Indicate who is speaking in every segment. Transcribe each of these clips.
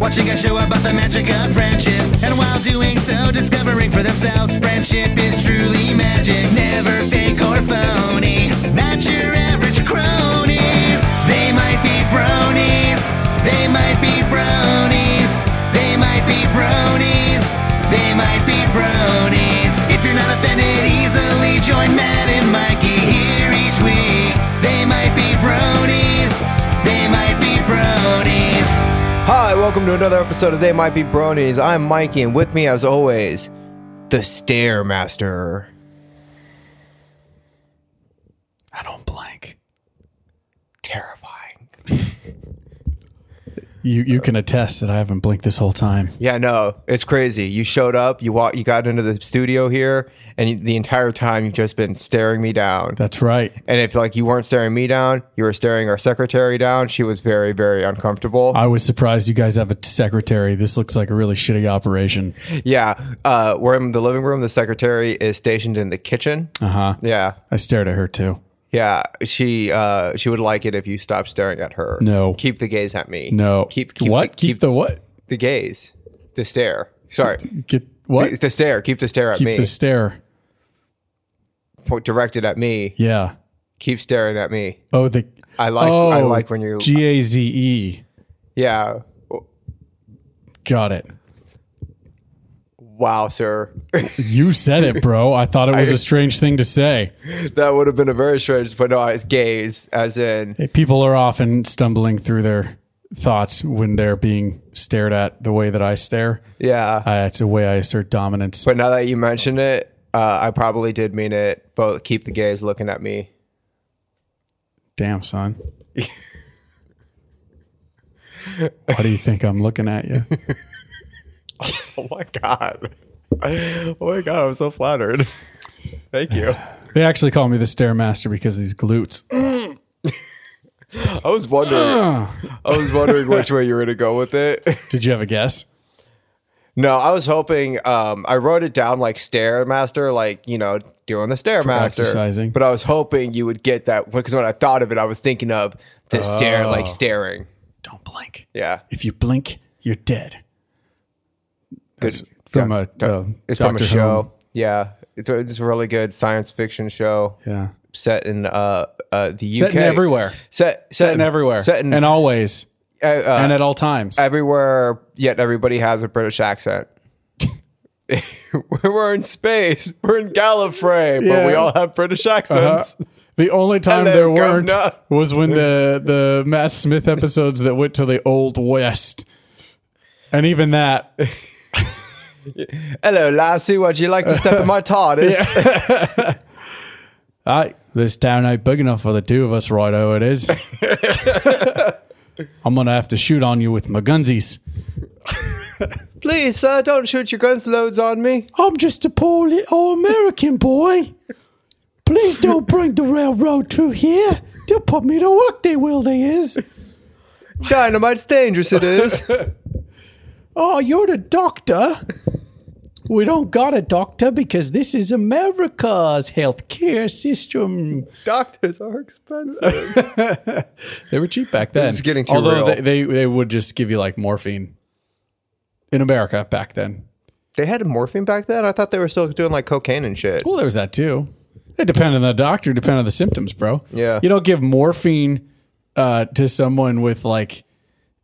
Speaker 1: Watching a show about the magic of friendship. And while doing so, discovering for themselves friendship is truly magic. Never fake or phony. Not your average cronies. They might be bronies. They might be bronies. They might be bronies. They might be bronies. If you're not offended easily, join Matt and Mikey here each week. They might be bronies. They might be bronies.
Speaker 2: Hi, welcome to another episode of They Might Be Bronies. I'm Mikey, and with me, as always, the Stairmaster.
Speaker 3: I don't blank.
Speaker 2: Terrifying.
Speaker 3: You you can attest that I haven't blinked this whole time.
Speaker 2: Yeah, no, it's crazy. You showed up, you walk, you got into the studio here, and you, the entire time you've just been staring me down.
Speaker 3: That's right.
Speaker 2: And if like you weren't staring me down, you were staring our secretary down. She was very, very uncomfortable.
Speaker 3: I was surprised you guys have a secretary. This looks like a really shitty operation.
Speaker 2: yeah, uh, we're in the living room. The secretary is stationed in the kitchen.
Speaker 3: Uh huh.
Speaker 2: Yeah,
Speaker 3: I stared at her too.
Speaker 2: yeah. She uh, she would like it if you stopped staring at her.
Speaker 3: No.
Speaker 2: keep the gaze at me.
Speaker 3: No.
Speaker 2: keep, keep
Speaker 3: what?
Speaker 2: The,
Speaker 3: keep, the what?
Speaker 2: the gaze, the stare. Sorry,
Speaker 3: Get what?
Speaker 2: The, the stare. Keep the stare at
Speaker 3: keep
Speaker 2: me.
Speaker 3: the stare.
Speaker 2: po- directed at me.
Speaker 3: Yeah.
Speaker 2: Keep staring at me.
Speaker 3: Oh the.
Speaker 2: I like.
Speaker 3: oh,
Speaker 2: I like when you're.
Speaker 3: G A Z E.
Speaker 2: yeah.
Speaker 3: Got it.
Speaker 2: Wow, sir.
Speaker 3: You said it, bro. I thought it was a strange thing to say.
Speaker 2: that would have been a very strange. But no, it's gaze, as in.
Speaker 3: People are often stumbling through their thoughts when they're being stared at the way that I stare.
Speaker 2: Yeah.
Speaker 3: Uh, it's a way I assert dominance.
Speaker 2: but now that you mention it, uh, I probably did mean it. Both keep the gaze looking at me.
Speaker 3: Damn, son. Why do you think I'm looking at you?
Speaker 2: Oh my god. oh my god, I'm so flattered. Thank you.
Speaker 3: They actually call me the Stairmaster because of these glutes.
Speaker 2: I was wondering. I was wondering which way you were gonna go with it.
Speaker 3: Did you have a guess?
Speaker 2: No, I was hoping. Um, I wrote it down like stairmaster, like you know, doing the stairmaster,
Speaker 3: exercising.
Speaker 2: But I was hoping you would get that because when I thought of it, I was thinking of the stare,
Speaker 3: Oh.
Speaker 2: like staring.
Speaker 3: Don't blink.
Speaker 2: Yeah,
Speaker 3: If you blink, you're dead.
Speaker 2: good.
Speaker 3: From
Speaker 2: yeah,
Speaker 3: a
Speaker 2: do-
Speaker 3: uh,
Speaker 2: it's from
Speaker 3: Dr.
Speaker 2: a show.
Speaker 3: Who.
Speaker 2: Yeah, it's a, it's a really good science fiction show
Speaker 3: Yeah.
Speaker 2: set in uh, uh the UK.
Speaker 3: Set in everywhere.
Speaker 2: Set set,
Speaker 3: Set in everywhere.
Speaker 2: Set in
Speaker 3: and always.
Speaker 2: uh, uh,
Speaker 3: and at all times.
Speaker 2: everywhere. Yet everybody has a British accent. We're in space. We're in Gallifrey, but we
Speaker 3: Yeah.
Speaker 2: all have British
Speaker 3: Uh,
Speaker 2: accents.
Speaker 3: the only time
Speaker 2: Hello,
Speaker 3: there weren't
Speaker 2: governor.
Speaker 3: was when the the Matt Smith episodes that went to the old west. And even that
Speaker 2: Hello, lassie. Would you like to step in my TARDIS?
Speaker 3: Aye, Ah, this town ain't big enough for the two of us, righto it is. I'm gonna have to shoot on you with my gunsies.
Speaker 2: Please, sir, don't shoot your guns loads on me.
Speaker 3: I'm just a poor little American boy. Please don't bring the railroad through here. They'll put me to work, they will, they is.
Speaker 2: Dynamite's dangerous, it is.
Speaker 3: Oh, you're the doctor. We don't got a doctor because this is America's healthcare system.
Speaker 2: Doctors are expensive.
Speaker 3: They were cheap back then.
Speaker 2: This is getting too real.
Speaker 3: Although They, they they would just give you like morphine in America back then.
Speaker 2: they had morphine back then? I thought they were still doing like cocaine and shit.
Speaker 3: Well, there was that too. It depended on the doctor, depended on the symptoms, bro.
Speaker 2: Yeah.
Speaker 3: You don't give morphine uh, to someone with like,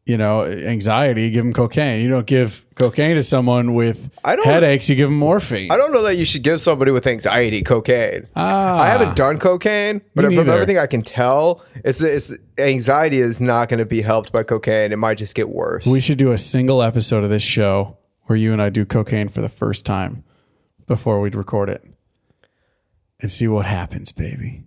Speaker 3: you know, anxiety. You give them cocaine. You don't give cocaine to someone with
Speaker 2: I don't-
Speaker 3: headaches. You give them morphine.
Speaker 2: I don't know that you should give somebody with anxiety cocaine. I haven't done cocaine, but
Speaker 3: Ah, Me
Speaker 2: from
Speaker 3: neither.
Speaker 2: everything I can tell, it's, it's anxiety is not going to be helped by cocaine. It might just get worse.
Speaker 3: we should do a single episode of this show where you and I do cocaine for the first time before we'd record it and see what happens, baby.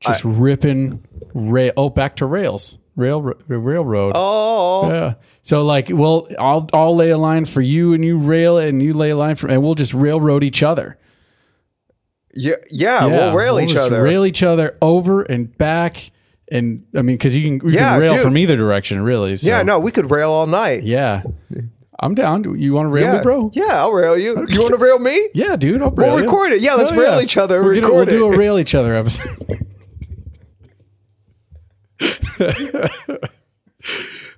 Speaker 3: Just ripping rail. Oh, back to rails. Rail, railroad.
Speaker 2: oh,
Speaker 3: Yeah. So like, well, I'll I'll lay a line for you, and you rail it, and you lay a line for, and we'll just railroad each other.
Speaker 2: yeah, yeah, Uh, we'll rail each
Speaker 3: just
Speaker 2: other.
Speaker 3: Rail each other over and back, and I mean, because you can you
Speaker 2: Yeah,
Speaker 3: can rail
Speaker 2: dude.
Speaker 3: from either direction, really. So,
Speaker 2: yeah, no, we could rail all night.
Speaker 3: Yeah. I'm down. You want to rail
Speaker 2: yeah,
Speaker 3: me, bro?
Speaker 2: Yeah, I'll rail you. You want to rail me?
Speaker 3: Yeah, dude. I'll rail you.
Speaker 2: record it. Yeah, let's rail each other and
Speaker 3: We're gonna-
Speaker 2: record
Speaker 3: we'll
Speaker 2: it.
Speaker 3: do a rail each other episode.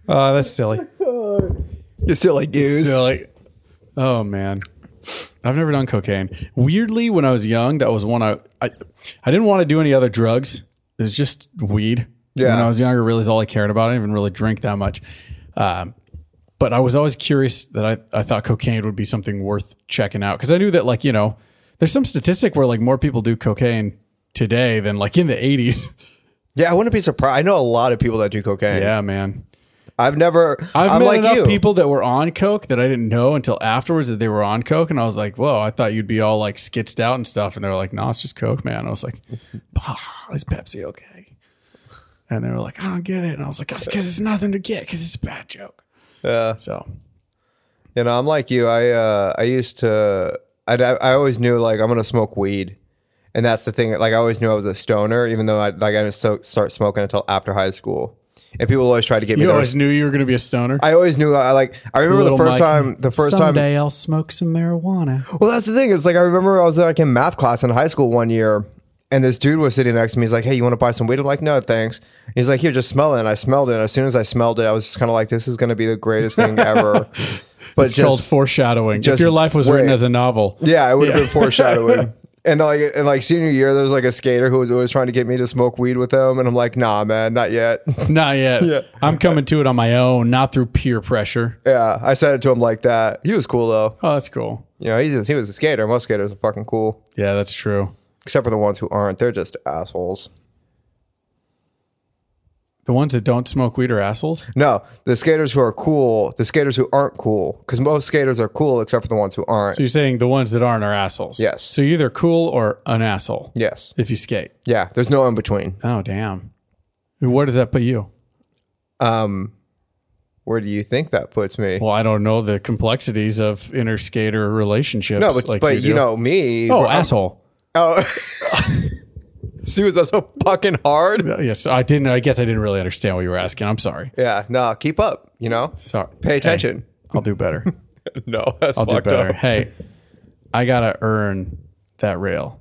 Speaker 3: Ah, Oh, that's silly.
Speaker 2: You silly goose.
Speaker 3: So like, oh man, I've never done cocaine. Weirdly, when I was young, that was one I I, I didn't want to do any other drugs. It was just weed.
Speaker 2: Yeah.
Speaker 3: When I was younger, really is all I cared about. I didn't even really drink that much. Um, but I was always curious that I, I thought cocaine would be something worth checking out because I knew that like you know there's some statistic where like more people do cocaine today than like in the 80s.
Speaker 2: Yeah, I wouldn't be surprised. I know a lot of people that do cocaine.
Speaker 3: Yeah, man.
Speaker 2: I've never. i
Speaker 3: I've
Speaker 2: am
Speaker 3: met
Speaker 2: like
Speaker 3: enough
Speaker 2: you.
Speaker 3: people that were on coke that I didn't know until afterwards that they were on coke, and I was like, "Whoa, I thought you'd be all like skitzed out and stuff." And they were like, "No, it's just coke, man." I was like, "Bah, "Is Pepsi okay?" And they were like, "I don't get it," and I was like, "That's because it's nothing to get because it's a bad joke." Yeah. So
Speaker 2: You know, I'm like you. I uh, I used to. I'd, I I always knew like I'm gonna smoke weed, and that's the thing. Like I always knew I was a stoner, even though I like I didn't so, start smoking until after high school. And people always tried to get me.
Speaker 3: you
Speaker 2: there.
Speaker 3: always knew you were going to be a stoner.
Speaker 2: I always knew. I like. I remember the
Speaker 3: Little
Speaker 2: first
Speaker 3: Mike,
Speaker 2: time. The first time.
Speaker 3: someday I'll smoke some marijuana.
Speaker 2: Well, that's the thing. It's like I remember I was like in math class in high school one year, and this dude was sitting next to me. He's like, "Hey, you want to buy some weed?" I'm like, "No, thanks." And he's like, "Here, just smell it." And I smelled it. And as soon as I smelled it, I was just kind of like, "This is going to be the greatest thing ever." But
Speaker 3: It's
Speaker 2: just
Speaker 3: called foreshadowing. If
Speaker 2: just
Speaker 3: your life was written
Speaker 2: wait.
Speaker 3: as a novel,
Speaker 2: yeah, it would have been foreshadowing. And like, and like senior year, there was like a skater who was always trying to get me to smoke weed with him, and I'm like, "Nah, man, not yet."
Speaker 3: not yet. I'm coming to it on my own, not through peer pressure.
Speaker 2: yeah, I said it to him like that. He was cool though.
Speaker 3: Oh, that's cool.
Speaker 2: You know, he's he was a skater. Most skaters are fucking cool,
Speaker 3: Yeah, that's true.
Speaker 2: except for the ones who aren't. They're just assholes.
Speaker 3: The ones that don't smoke weed are assholes.
Speaker 2: No, the skaters who are cool, the skaters who aren't cool, because most skaters are cool except for the ones who aren't.
Speaker 3: So you're saying the ones that aren't are assholes.
Speaker 2: Yes.
Speaker 3: So you're either cool or an asshole.
Speaker 2: yes.
Speaker 3: If you skate.
Speaker 2: Yeah. There's no in between.
Speaker 3: Oh damn. Where does that put you?
Speaker 2: Um, where do you think that puts me?
Speaker 3: Well, I don't know the complexities of inner skater relationships.
Speaker 2: no, but, but you,
Speaker 3: do.
Speaker 2: know me.
Speaker 3: Oh,
Speaker 2: we're- I'm-
Speaker 3: asshole.
Speaker 2: Oh. she was so fucking hard.
Speaker 3: Uh, Yes, I didn't. I guess I didn't really understand what you were asking. I'm sorry.
Speaker 2: Yeah. No, keep up. You know,
Speaker 3: Sorry.
Speaker 2: pay attention.
Speaker 3: Hey, I'll do better.
Speaker 2: no, that's
Speaker 3: I'll do
Speaker 2: fucked
Speaker 3: better.
Speaker 2: up.
Speaker 3: Hey, I gotta earn that rail.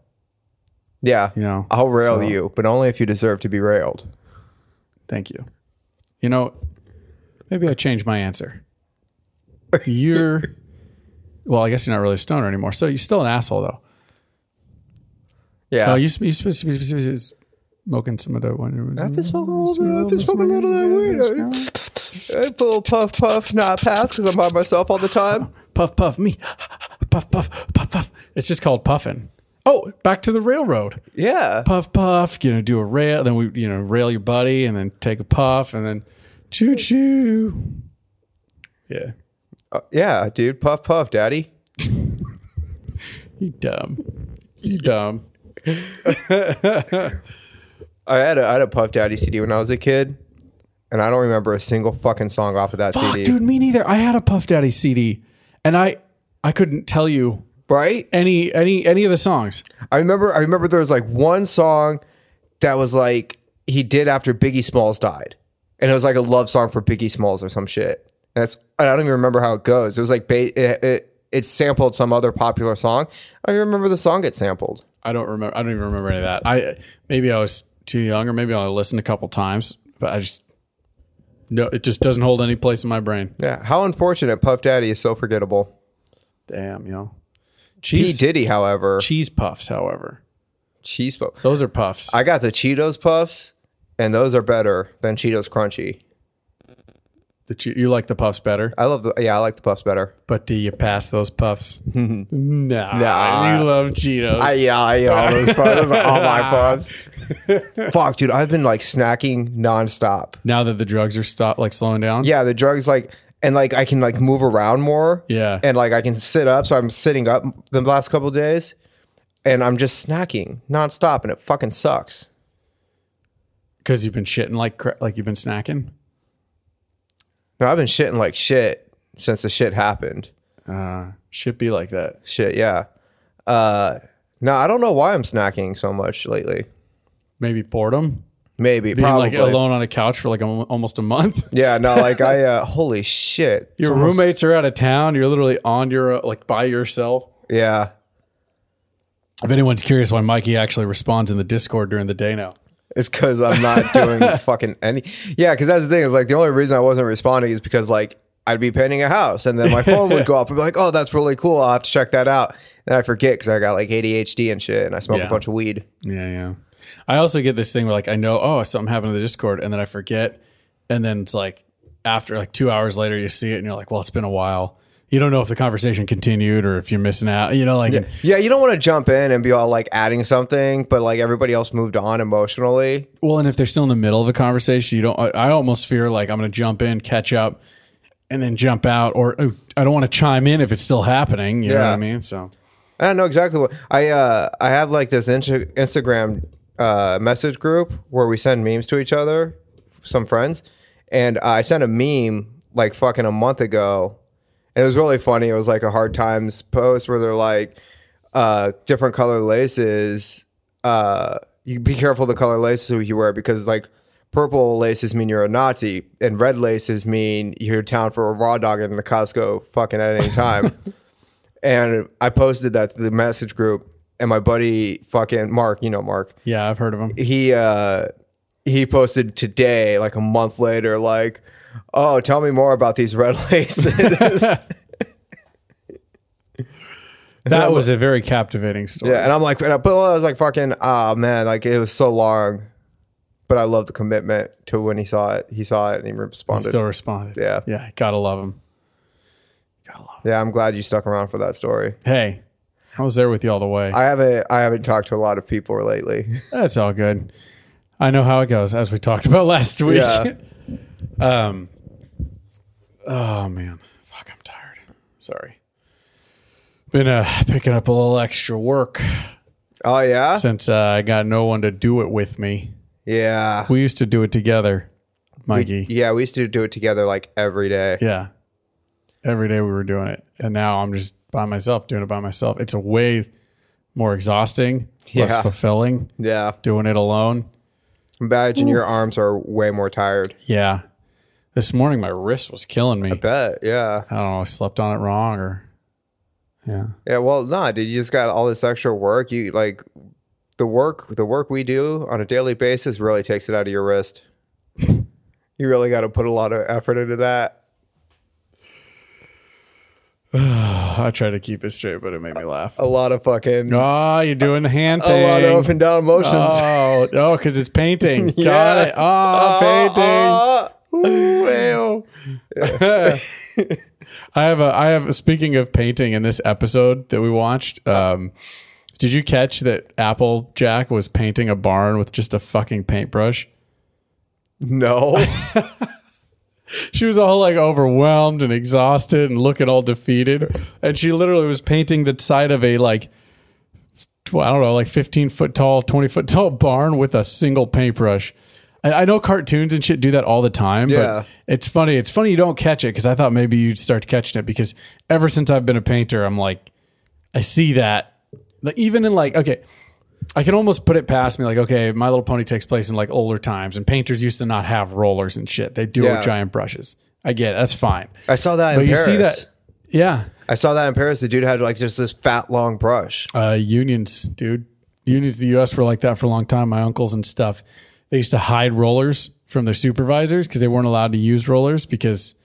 Speaker 2: Yeah.
Speaker 3: You know,
Speaker 2: I'll rail
Speaker 3: so-
Speaker 2: you, but only if you deserve to be railed.
Speaker 3: Thank you. You know, maybe I change my answer. You're, well, I guess you're not really a stoner anymore. So you're still an asshole, though.
Speaker 2: Yeah.
Speaker 3: Oh, you, sp- you sp- sp- sp- sp- smoking some of that one.
Speaker 2: I've been smoking a little bit. I've been smoking a little of that weed. I pull puff puff, not pass, because I'm by myself all the time.
Speaker 3: Puff, puff, me. Puff, puff, puff, puff. It's just called puffing. Oh, back to the railroad.
Speaker 2: Yeah.
Speaker 3: Puff, puff. You know, do a rail. Then we, you know, rail your buddy, and then take a puff, and then choo choo. Yeah,
Speaker 2: Uh, yeah, dude. Puff puff, daddy.
Speaker 3: you dumb. You dumb.
Speaker 2: I had a I had a Puff Daddy CD when I was a kid, and I don't remember a single fucking song off of that
Speaker 3: Fuck,
Speaker 2: CD.
Speaker 3: Ah, dude, me neither. I had a Puff Daddy CD, and I I couldn't tell you
Speaker 2: Right?
Speaker 3: any any any of the songs.
Speaker 2: I remember I remember there was like one song that was like he did after Biggie Smalls died. And it was like a love song for Biggie Smalls or some shit. And that's I don't even remember how it goes. It was like ba- it, it, it sampled some other popular song. I don't even remember the song it sampled.
Speaker 3: I don't remember. I don't even remember any of that. I maybe I was too young, or maybe I listened a couple times, but I just no. It just doesn't hold any place in my brain.
Speaker 2: Yeah, how unfortunate Puff Daddy is so forgettable.
Speaker 3: Damn, yo.
Speaker 2: P
Speaker 3: Cheese
Speaker 2: Diddy, however,
Speaker 3: cheese puffs, however,
Speaker 2: cheese puff.
Speaker 3: those are puffs.
Speaker 2: I got the Cheetos puffs, and those are better than Cheetos Crunchy.
Speaker 3: the che- you like the puffs better,
Speaker 2: I love the yeah, I like the puffs better.
Speaker 3: but do you pass those puffs? nah,
Speaker 2: Nah.
Speaker 3: we love Cheetos.
Speaker 2: I yeah, I eat all those puffs, those are all Oh my puffs. Fuck, dude, I've been like snacking nonstop.
Speaker 3: now that the drugs are stopped, like slowing down.
Speaker 2: Yeah, the drugs like and like I can like move around more.
Speaker 3: Yeah.
Speaker 2: and like I can sit up, so I'm sitting up the last couple of days, and I'm just snacking nonstop, and it fucking sucks.
Speaker 3: because you've been shitting like cra- like you've been snacking.
Speaker 2: No, I've been shitting like shit since the shit happened.
Speaker 3: Uh, should be like that.
Speaker 2: Shit, yeah. Uh, no, I don't know why I'm snacking so much lately.
Speaker 3: Maybe boredom.
Speaker 2: Maybe
Speaker 3: Being
Speaker 2: probably
Speaker 3: like alone on a couch for like al- almost a month.
Speaker 2: Yeah, no, like I uh holy shit.
Speaker 3: Your
Speaker 2: It's almost-
Speaker 3: roommates are out of town. You're literally on your uh, like by yourself.
Speaker 2: Yeah.
Speaker 3: If anyone's curious why Mikey actually responds in the Discord during the day now,
Speaker 2: It's cuz I'm not doing fucking any Yeah, cuz that's the thing. It's like the only reason I wasn't responding is because like I'd be painting a house, and then my phone would go off and be like, "Oh, that's really cool. I'll have to check that out." And I forget because I got like ADHD and shit, and I smoke
Speaker 3: Yeah.
Speaker 2: a bunch of weed.
Speaker 3: Yeah, yeah. I also get this thing where like I know, oh, something happened to the Discord, and then I forget, and then it's like after like two hours later, you see it, and you're like, well, it's been a while. You don't know if the conversation continued or if you're missing out. You know, like
Speaker 2: Yeah, you don't want to jump in and be all like adding something, but like everybody else moved on emotionally.
Speaker 3: well, and if they're still in the middle of a conversation, you don't. I, I almost fear like I'm going to jump in, catch up, and then jump out, or uh, I don't want to chime in if it's still happening. You know what I
Speaker 2: Yeah.
Speaker 3: mean? So
Speaker 2: I don't know exactly what I uh I have like this inter- Instagram uh message group where we send memes to each other, some friends, and I sent a meme like fucking a month ago. And it was really funny. It was like a hard times post where they're like uh different color laces uh you be careful the color laces you wear because like purple laces mean you're a Nazi and red laces mean you're down for a raw dog in the Costco fucking at any time. and I posted that to the message group, and my buddy fucking Mark, you know Mark,
Speaker 3: yeah, I've heard of them.
Speaker 2: he uh he posted today, like a month later, like, oh, tell me more about these red laces. yeah,
Speaker 3: That was a very captivating story.
Speaker 2: and I'm like, and I, but I was like, fucking, oh man, like it was so long, but I love the commitment to when he saw it. He saw it and he responded.
Speaker 3: Still responded.
Speaker 2: Yeah.
Speaker 3: yeah. Gotta love them. Gotta love 'em.
Speaker 2: yeah, I'm glad you stuck around for that story.
Speaker 3: Hey, I was there with you all the way.
Speaker 2: I haven't I haven't talked to a lot of people lately.
Speaker 3: That's all good. I know how it goes, as we talked about last week.
Speaker 2: Yeah.
Speaker 3: um. Oh man, fuck! I'm tired. Sorry. Been uh, picking up a little extra work
Speaker 2: Oh yeah,
Speaker 3: since uh, I got no one to do it with me.
Speaker 2: yeah,
Speaker 3: We used to do it together, Mikey.
Speaker 2: yeah. We used to do it together like every day.
Speaker 3: yeah. Every day we were doing it, and now I'm just by myself doing it by myself. It's a way more exhausting, less
Speaker 2: Yeah.
Speaker 3: fulfilling
Speaker 2: yeah.
Speaker 3: doing it alone.
Speaker 2: Imagine your arms are way more tired.
Speaker 3: Yeah. This morning my wrist was killing me. I,
Speaker 2: Bet, yeah,
Speaker 3: don't know, I slept on it wrong or yeah.
Speaker 2: yeah. Well, nah, dude, you just got all this extra work. You like the work, the work we do on a daily basis really takes it out of your wrist. you really got to put a lot of effort into that.
Speaker 3: I tried to keep it straight, but it made me laugh.
Speaker 2: A lot of fucking,
Speaker 3: Oh, you're doing the hand
Speaker 2: a
Speaker 3: thing.
Speaker 2: lot of up and down motions.
Speaker 3: Oh, oh, because it's painting. Got
Speaker 2: Yeah.
Speaker 3: it. Oh,
Speaker 2: Ah,
Speaker 3: painting. Ooh, ew. I have a I have speaking of painting in this episode that we watched, um did you catch that Apple Jack was painting a barn with just a fucking paintbrush?
Speaker 2: no,
Speaker 3: she was all like overwhelmed and exhausted and looking all defeated. And she literally was painting the side of a like, tw- I don't know, like 15 foot tall, 20 foot tall barn with a single paintbrush. I, I know cartoons and shit do that all the time,
Speaker 2: Yeah.
Speaker 3: but it's funny. It's funny you don't catch it because I thought maybe you'd start catching it because ever since I've been a painter, I'm like, I see that. Like, even in like, okay, I can almost put it past me like, okay, My Little Pony takes place in like older times and painters used to not have rollers and shit. They do
Speaker 2: Yeah.
Speaker 3: with giant brushes. I get it. That's fine.
Speaker 2: I saw that.
Speaker 3: But
Speaker 2: in
Speaker 3: you
Speaker 2: Paris.
Speaker 3: see that. Yeah.
Speaker 2: I saw that in Paris. The dude had like just this fat long brush.
Speaker 3: Uh, unions, dude. Unions in the US were like that for a long time. My uncles and stuff, they used to hide rollers from their supervisors because they weren't allowed to use rollers because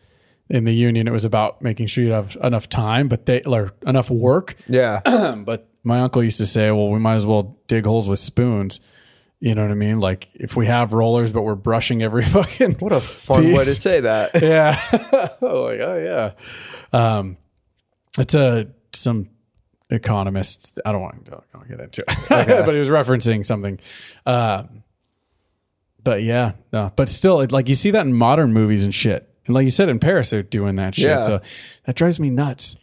Speaker 3: in the union it was about making sure you have enough time, but they or enough work
Speaker 2: Yeah,
Speaker 3: but my uncle used to say, well, we might as well dig holes with spoons. You know what I mean? Like if we have rollers, but we're brushing every fucking what a
Speaker 2: fun way to say that.
Speaker 3: yeah. oh, like, oh yeah. Um, it's a some economist. I don't want to I don't wanna get into it, but he was referencing something. Um, but yeah, no. But still, it, like you see that in modern movies and shit, and like you said in Paris, they're doing that shit.
Speaker 2: Yeah.
Speaker 3: So that drives me nuts.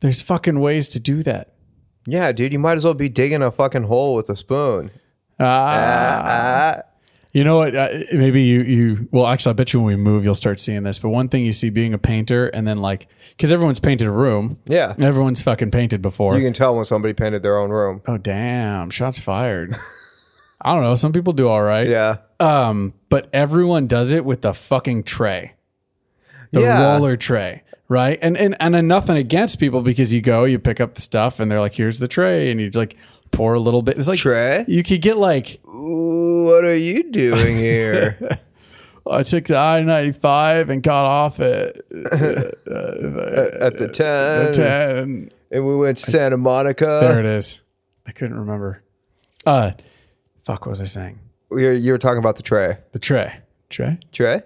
Speaker 3: There's fucking ways to do that.
Speaker 2: Yeah, dude, you might as well be digging a fucking hole with a spoon.
Speaker 3: You know what? Uh, maybe you you well actually I bet you when we move you'll start seeing this. But one thing you see being a painter and then like because everyone's painted a room.
Speaker 2: Yeah.
Speaker 3: everyone's fucking painted before.
Speaker 2: You can tell when somebody painted their own room.
Speaker 3: oh damn! Shots fired. I don't know. Some people do all right.
Speaker 2: Yeah.
Speaker 3: Um, but everyone does it with the fucking tray, the
Speaker 2: Yeah.
Speaker 3: roller tray, right? And and and I'm nothing against people because you go, you pick up the stuff, and they're like, "Here's the tray," and you like pour a little bit. It's like
Speaker 2: Tray?
Speaker 3: You could get like
Speaker 2: What are you doing here?
Speaker 3: I took the I ninety five and got off at
Speaker 2: at the time.
Speaker 3: ten.
Speaker 2: And we went to Santa
Speaker 3: There
Speaker 2: Monica.
Speaker 3: it is. I couldn't remember. Uh, fuck, what was I saying?
Speaker 2: We were, you were talking about the tray.
Speaker 3: The tray. Tray.
Speaker 2: Tray?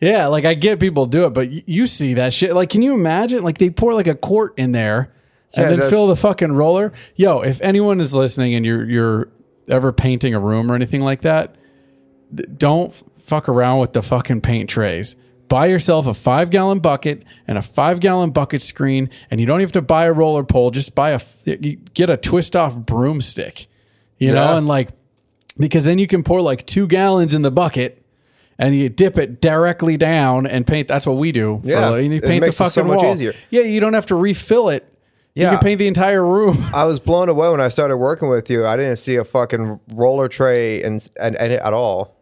Speaker 3: Yeah, like I get people do it, but y- you see that shit. Like, can you imagine? Like they pour like a quart in there
Speaker 2: Yeah,
Speaker 3: and then
Speaker 2: that's-
Speaker 3: fill the fucking roller. Yo, if anyone is listening and you're you're ever painting a room or anything like that, th- don't f- fuck around with the fucking paint trays. Buy yourself a five gallon bucket and a five gallon bucket screen, and you don't have to buy a roller pole. Just buy a f- you get a twist off broomstick, you know,
Speaker 2: Yeah.
Speaker 3: and like because then you can pour like two gallons in the bucket and you dip it directly down and paint. That's what we do. for-
Speaker 2: Yeah,
Speaker 3: and you
Speaker 2: it
Speaker 3: paint
Speaker 2: makes
Speaker 3: the
Speaker 2: it
Speaker 3: fucking
Speaker 2: so much
Speaker 3: wall.
Speaker 2: easier.
Speaker 3: Yeah, you don't have to refill it.
Speaker 2: Yeah.
Speaker 3: You can paint the entire room.
Speaker 2: I was blown away when I started working with you. I didn't see a fucking roller tray and and, and at all.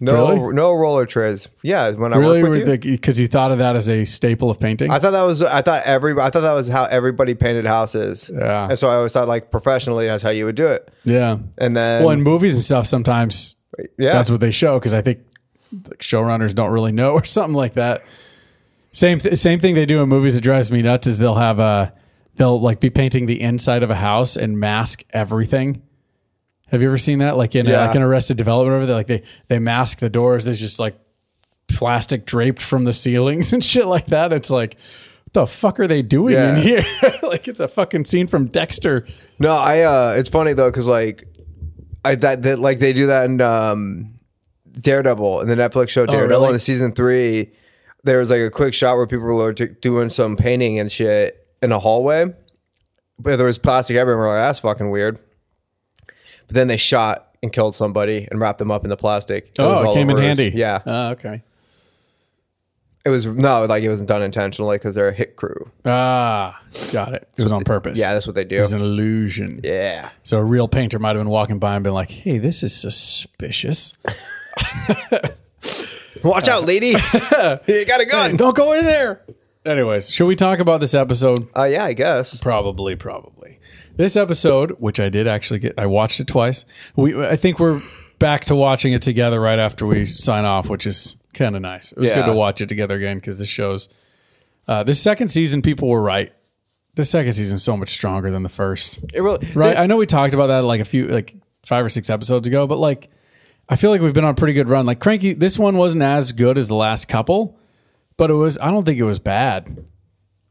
Speaker 2: No,
Speaker 3: Really?
Speaker 2: no roller trays. Yeah, when I
Speaker 3: really,
Speaker 2: worked with you,
Speaker 3: because you thought of that as a staple of painting.
Speaker 2: I thought that was I thought every I thought that was how everybody painted houses.
Speaker 3: Yeah.
Speaker 2: and so I always thought like professionally that's how you would do it.
Speaker 3: yeah,
Speaker 2: And then
Speaker 3: well, in movies and stuff, sometimes
Speaker 2: yeah,
Speaker 3: that's what they show because I think like, showrunners don't really know or something like that. Same th- same thing they do in movies that drives me nuts is they'll have a they'll like be painting the inside of a house and mask everything. Have you ever seen that? Like in
Speaker 2: Yeah.
Speaker 3: like in Arrested Development, over there, like they they mask the doors. There's just like plastic draped from the ceilings and shit like that. It's like. What the fuck are they doing
Speaker 2: Yeah.
Speaker 3: in here? like it's a fucking scene from Dexter.
Speaker 2: No, I. uh It's funny though, because like, I that, that like they do that in um Daredevil in the Netflix show Daredevil
Speaker 3: Oh, really?
Speaker 2: in season three. There was like a quick shot where people were t- doing some painting and shit in a hallway, but there was plastic everywhere. We're Like, That's fucking weird. But then they shot and killed somebody and wrapped them up in the plastic. It was
Speaker 3: oh, it
Speaker 2: all
Speaker 3: came in
Speaker 2: over us.
Speaker 3: handy.
Speaker 2: Yeah,
Speaker 3: Oh, okay.
Speaker 2: it was no like it wasn't done intentionally because they're a hit crew.
Speaker 3: Ah, got it. It was on purpose.
Speaker 2: Yeah, that's what they
Speaker 3: It
Speaker 2: do.
Speaker 3: was an illusion.
Speaker 2: Yeah,
Speaker 3: So a real painter might have been walking by and been like, "Hey, this is suspicious.
Speaker 2: watch out, lady. you got a gun.
Speaker 3: Don't go in there." Anyways, should we talk about this episode?
Speaker 2: Uh, yeah, I guess.
Speaker 3: Probably, probably. This episode, which I did actually get, I watched it twice. We, I think we're back to watching it together right after we sign off, which is kind of nice. It was
Speaker 2: Yeah.
Speaker 3: good to watch it together again because this shows. Uh, this second season, people were right. The second season's so much stronger than the first.
Speaker 2: It really,
Speaker 3: Right. I know we talked about that like a few, like five or six episodes ago, but like I feel like we've been on a pretty good run. Like Cranky, this one wasn't as good as the last couple, but it was. I don't think it was bad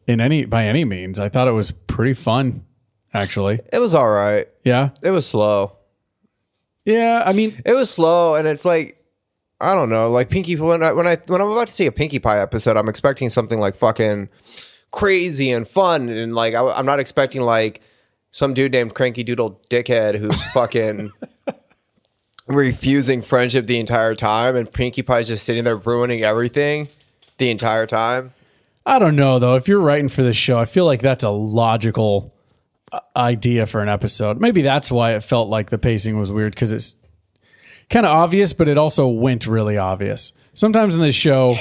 Speaker 3: in any by any means. I thought it was pretty fun, actually.
Speaker 2: It was all right.
Speaker 3: Yeah.
Speaker 2: It was slow.
Speaker 3: Yeah. I mean,
Speaker 2: It was slow, and it's like I don't know, like Pinky. When I when I when I'm about to see a Pinkie Pie episode, I'm expecting something like fucking crazy and fun, and like I, am not expecting like some dude named Cranky Doodle Dickhead who's fucking refusing friendship the entire time, and Pinkie Pie's just sitting there ruining everything the entire time.
Speaker 3: I don't know though. If you're writing for this show, I feel like that's a logical uh, idea for an episode. Maybe that's why it felt like the pacing was weird because it's kind of obvious, but it also went really obvious. Sometimes in this show,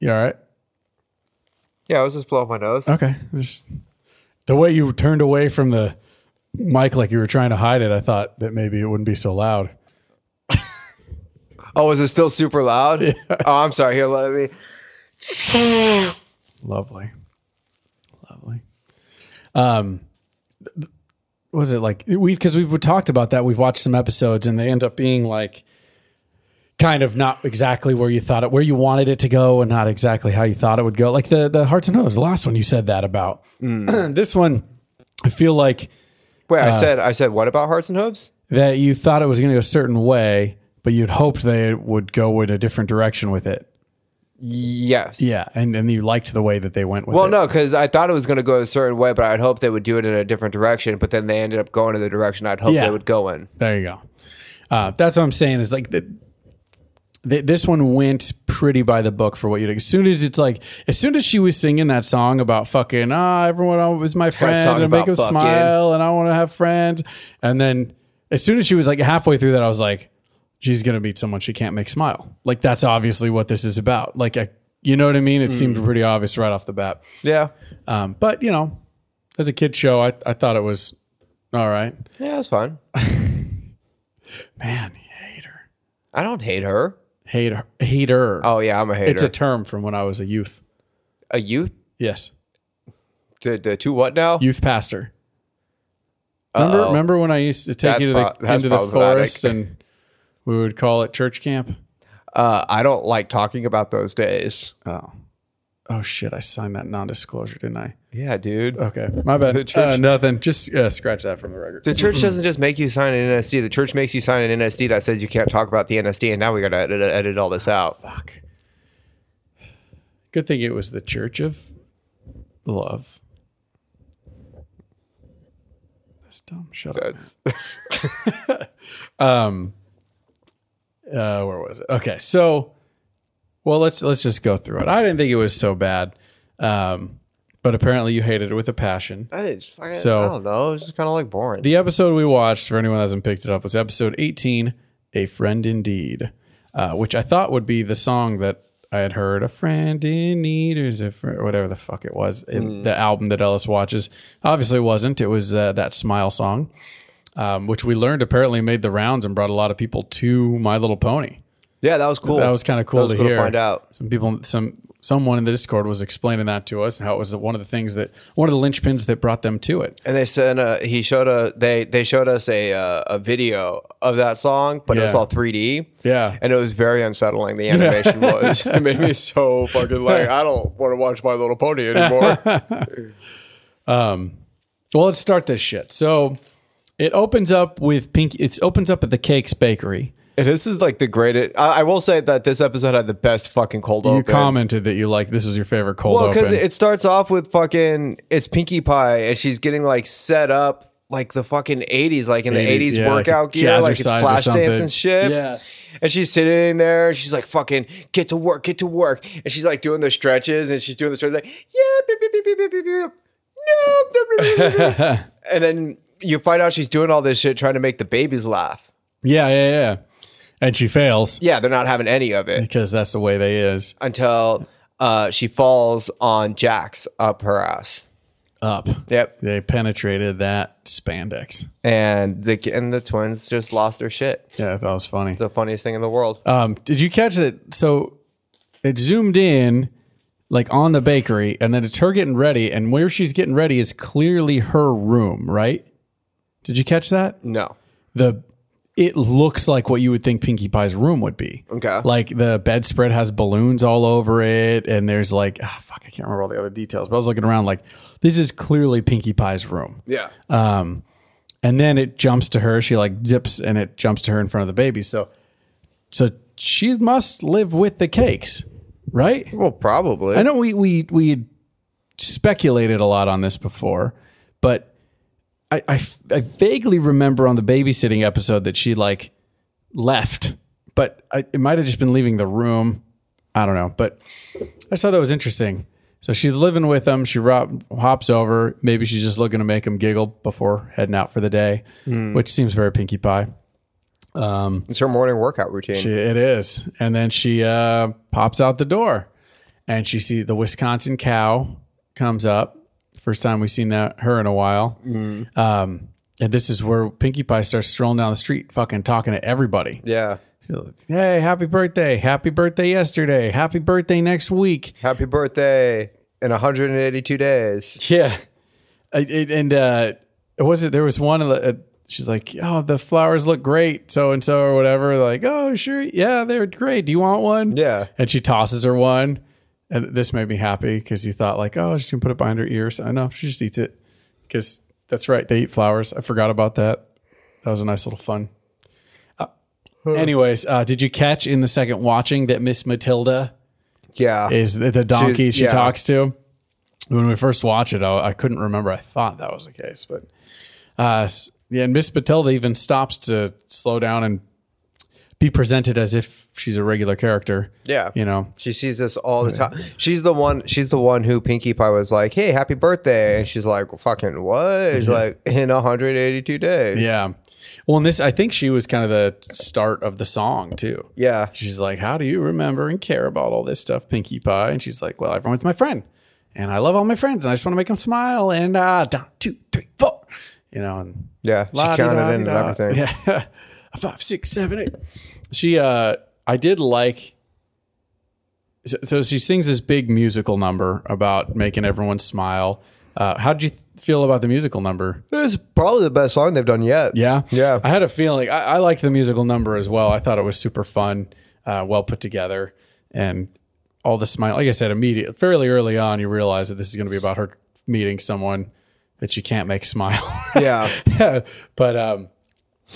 Speaker 3: you all right?
Speaker 2: Yeah, I was just blowing my nose.
Speaker 3: Okay. Just- the way you turned away from the mic, like you were trying to hide it, I thought that maybe it wouldn't be so loud.
Speaker 2: Oh, is it still super loud? Oh, I'm sorry. Here, let me.
Speaker 3: Lovely. Lovely. Um th- was it like we because we've talked about that we've watched some episodes and they end up being like kind of not exactly where you thought it where you wanted it to go and not exactly how you thought it would go like the the hearts and hooves the last one you said that about this one i feel like
Speaker 2: Wait, I said I said what about hearts and hooves?
Speaker 3: that you thought it was going to go a certain way but you'd hoped they would go in a different direction with it
Speaker 2: Yes.
Speaker 3: yeah and and you liked the way that they went with
Speaker 2: Well,
Speaker 3: it
Speaker 2: no, because I thought it was going to go a certain way, but I'd hope they would do it in a different direction. But then they ended up going in the direction I'd hope
Speaker 3: Yeah.
Speaker 2: they would go in.
Speaker 3: There you go. Uh, that's what I'm saying is like the, th this one went pretty by the book for what you did. As soon as it's like, as soon as she was singing that song about fucking, ah, everyone is my
Speaker 2: song
Speaker 3: friend and make
Speaker 2: about
Speaker 3: them
Speaker 2: fucking.
Speaker 3: smile and I want to have friends. And then as soon as she was like halfway through that, I was like, she's going to meet someone she can't make smile. Like that's obviously what this is about. Like, I, you know what I mean? It
Speaker 2: Mm.
Speaker 3: seemed pretty obvious right off the bat.
Speaker 2: Yeah.
Speaker 3: Um, but you know, as a kid show, I, I thought it was all right.
Speaker 2: Yeah, it was fun.
Speaker 3: Man, hate her.
Speaker 2: I don't hate her.
Speaker 3: Hate her. Hate her.
Speaker 2: Oh yeah, I'm a hater.
Speaker 3: it's a term from when I was a youth.
Speaker 2: a youth
Speaker 3: Yes.
Speaker 2: to, to, to what now?
Speaker 3: Youth pastor. Remember,
Speaker 2: Uh-oh.
Speaker 3: remember when I used to take
Speaker 2: That's
Speaker 3: you to the,
Speaker 2: pro- that's
Speaker 3: into the
Speaker 2: problematic.
Speaker 3: forest and we would call it church camp?
Speaker 2: Uh, I don't like talking about those days.
Speaker 3: Oh. Oh, shit. I signed that non disclosure, didn't I?
Speaker 2: Yeah, dude.
Speaker 3: Okay. My
Speaker 2: The
Speaker 3: bad.
Speaker 2: church-
Speaker 3: Uh, nothing. Just uh, scratch that from the record.
Speaker 2: The church doesn't just make you sign an NSD. The church makes you sign an NSD that says you can't talk about the NSD, and now we got to edit, edit all this out.
Speaker 3: Fuck. Good thing it was the Church of Love. That's dumb. Shut up. Um,
Speaker 2: That's-
Speaker 3: Uh, where was it? Okay, so well, let's let's just go through it. I didn't think it was so bad, um, but apparently you hated it with a passion.
Speaker 2: That is fucking,
Speaker 3: So-
Speaker 2: I don't know. It's just kind of like boring.
Speaker 3: The episode we watched, for anyone that hasn't picked it up, was episode 18, A Friend Indeed, uh, which I thought would be the song that I had heard, A Friend in Need, or is it fr- or whatever the fuck it was,
Speaker 2: Hmm.
Speaker 3: in the album that Ellis watches. Obviously, it wasn't. It was uh, that Smile song, um, which we learned apparently made the rounds and brought a lot of people to My Little Pony.
Speaker 2: yeah, that was cool.
Speaker 3: That was kind of cool
Speaker 2: That was
Speaker 3: to
Speaker 2: cool
Speaker 3: hear.
Speaker 2: find out.
Speaker 3: Some people, some someone in the Discord was explaining that to us, and how it was one of the things that one of the linchpins that brought them to it.
Speaker 2: And they sent a he showed a they they showed us a uh, a video of that song, but it was
Speaker 3: Yeah.
Speaker 2: all 3D.
Speaker 3: Yeah.
Speaker 2: and it was very unsettling. The animation was it made me so fucking like I don't want to watch My Little Pony anymore.
Speaker 3: Well, let's start this shit. So it opens up with Pinky. It opens up at the Cakes Bakery.
Speaker 2: and this is like the greatest. I, I will say that this episode had the best fucking cold
Speaker 3: You
Speaker 2: open.
Speaker 3: commented that you like this was your favorite cold
Speaker 2: Well,
Speaker 3: open.
Speaker 2: because it starts off with fucking it's Pinkie Pie, and she's getting like set up like the fucking eighties, like in the
Speaker 3: 80s,
Speaker 2: eighties
Speaker 3: yeah, like
Speaker 2: workout
Speaker 3: a
Speaker 2: gear, like it's
Speaker 3: jazzercise or
Speaker 2: flash dance
Speaker 3: something.
Speaker 2: and shit.
Speaker 3: Yeah.
Speaker 2: And she's sitting there, and she's like, "Fucking get to work, get to work," and she's like doing the stretches, and she's doing the stretches like, "Yeah, beep, beep, beep, beep, beep, beep, beep. Nope, nope, nope, nope, nope, nope." and then you find out she's doing all this shit trying to make the babies laugh.
Speaker 3: yeah, yeah, yeah. And she fails
Speaker 2: Yeah, they're not having any of it
Speaker 3: because that's the way they is
Speaker 2: until uh, she falls on Jack's up her ass.
Speaker 3: up.
Speaker 2: Yep.
Speaker 3: They penetrated that spandex.
Speaker 2: and the and the twins just lost their shit.
Speaker 3: Yeah, that was funny.
Speaker 2: The funniest thing in the world.
Speaker 3: Um, did you catch it? So it zoomed in like on the bakery, and then it's her getting ready, and where she's getting ready is clearly her room, right? Did you catch that?
Speaker 2: no,
Speaker 3: The it looks like what you would think Pinkie Pie's room would be.
Speaker 2: Okay.
Speaker 3: Like the bedspread has balloons all over it, and there's like ah, fuck, I can't remember all the other details, but I was looking around like this is clearly Pinkie Pie's room.
Speaker 2: yeah,
Speaker 3: And then it jumps to her. She like zips and it jumps to her in front of the baby. So, so she must live with the cakes, right?
Speaker 2: well, probably.
Speaker 3: I know we we we had speculated a lot on this before, but I, I I vaguely remember on the babysitting episode that she like left, but I, it might have just been leaving the room. I don't know, but I just thought that was interesting. So she's living with them. She ro- hops over. Maybe she's just looking to make him giggle before heading out for the day, which seems very Pinkie Pie.
Speaker 2: It's her morning workout routine.
Speaker 3: She- It is. And then she uh, pops out the door and she sees the Wisconsin cow comes up. First time we've seen that her in a while. Um, and this is where Pinkie Pie starts strolling down the street, fucking talking to everybody.
Speaker 2: yeah,
Speaker 3: She's like, Hey, happy birthday. Happy birthday yesterday. Happy birthday next week.
Speaker 2: happy birthday in 182 days.
Speaker 3: Yeah. I- it- and uh, was it? There was one. Uh, she's like, "Oh, the flowers look great, so and so or whatever." Like, "Oh, sure, yeah, they're great. Do you want one?"
Speaker 2: Yeah.
Speaker 3: And she tosses her one, and this made me happy because he thought like, "Oh, she's gonna put it behind her ears." I know she just eats it because that's right. They eat flowers. I forgot about that. That was a nice little fun. Uh, anyways, uh, did you catch in the second watching that Miss Matilda?
Speaker 2: Yeah,
Speaker 3: is the, the donkey
Speaker 2: She's-
Speaker 3: she
Speaker 2: yeah.
Speaker 3: talks to. When we first watched it, I, I couldn't remember. I thought that was the case, but uh, s- yeah, and Miss Matilda even stops to slow down and be presented as if she's a regular character.
Speaker 2: Yeah.
Speaker 3: you know,
Speaker 2: she sees this all the time. She's the one. She's the one who Pinkie Pie was like, "Hey, happy birthday," and she's like, "Fucking what?" She's like, "In 182 days."
Speaker 3: yeah. Well, and this, I think she was kind of the start of the song too.
Speaker 2: yeah.
Speaker 3: She's like, How do you remember and care about all this stuff, Pinkie Pie? And she's like, Well, everyone's my friend. And I love all my friends. And I just want to make them smile. And uh, down, two, three, four. You know, and
Speaker 2: Yeah, she counted in and
Speaker 3: La-di-da-di-da.
Speaker 2: everything.
Speaker 3: Yeah. five, six, seven, eight. She, uh, I did like. So, so she sings this big musical number about making everyone smile. Uh, how did you feel about the musical number?
Speaker 2: It's probably the best song they've done yet.
Speaker 3: Yeah.
Speaker 2: Yeah.
Speaker 3: I had a feeling. I, I liked the musical number as well. I thought it was super fun, uh, well put together, and all the smile. Like I said, immediate, fairly early on, you realize that this is going to be about her meeting someone that you can't make smile.
Speaker 2: Yeah.
Speaker 3: but um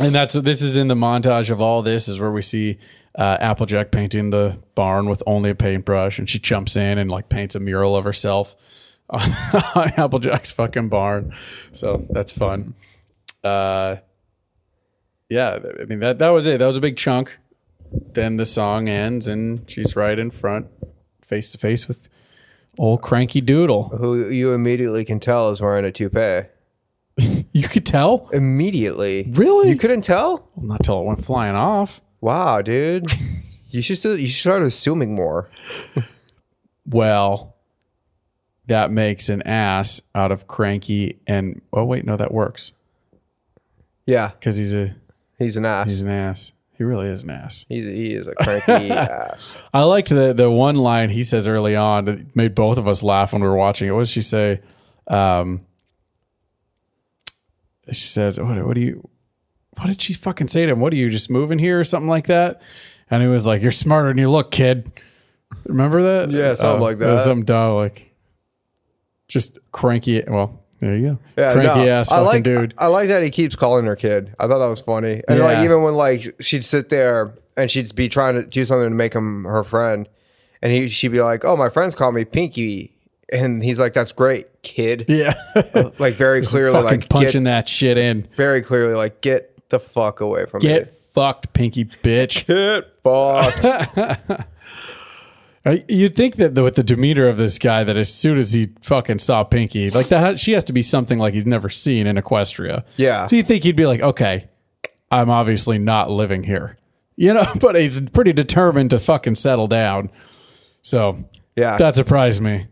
Speaker 3: and that's this is in the montage of all this is where we see uh, Applejack painting the barn with only a paintbrush, and she jumps in and like paints a mural of herself on, on Applejack's fucking barn. So that's fun. Uh, yeah, th- I mean that that was it. That was a big chunk. Then the song ends, and she's right in front, face to face with old Cranky Doodle.
Speaker 2: Who you immediately can tell is wearing a toupee.
Speaker 3: You could tell,
Speaker 2: Immediately.
Speaker 3: Really?
Speaker 2: You couldn't tell?
Speaker 3: not till it went flying off.
Speaker 2: Wow, dude. You should still, you should start assuming more.
Speaker 3: well, that makes an ass out of cranky and oh wait, no, that works
Speaker 2: Yeah,
Speaker 3: because he's a
Speaker 2: he's an ass.
Speaker 3: he's an ass. He really is an ass.
Speaker 2: He's, he is a cranky ass.
Speaker 3: I liked the the one line he says early on that made both of us laugh when we were watching it. What does she say? Um, she says, "What? What do you? What did she fucking say to him? What are you just moving here or something like that?" And he was like, "You're smarter than you look, kid." Remember that? Uh,
Speaker 2: Yeah, something like that.
Speaker 3: Some dumb like just cranky. Well, there you go.
Speaker 2: Yeah,
Speaker 3: cranky
Speaker 2: no,
Speaker 3: ass
Speaker 2: I
Speaker 3: fucking
Speaker 2: like,
Speaker 3: dude.
Speaker 2: I like that he keeps calling her kid. I thought that was funny. And
Speaker 3: Yeah.
Speaker 2: like even when like she'd sit there and she'd be trying to do something to make him her friend, and he she'd be like, "Oh, my friends call me Pinky," and he's like, "That's great, kid."
Speaker 3: yeah,
Speaker 2: Like very clearly,
Speaker 3: fucking
Speaker 2: like
Speaker 3: punching
Speaker 2: get
Speaker 3: that shit in.
Speaker 2: very clearly, like get the fuck away from me.
Speaker 3: Get fucked, pinky bitch.
Speaker 2: Get fucked.
Speaker 3: Uh, You'd think that the, with the demeanor of this guy, that as soon as he fucking saw Pinky, like that, she has to be something like he's never seen in Equestria.
Speaker 2: Yeah.
Speaker 3: So you think he'd be like, okay, I'm obviously not living here, you know? But he's pretty determined to fucking settle down. So
Speaker 2: Yeah.
Speaker 3: that surprised me.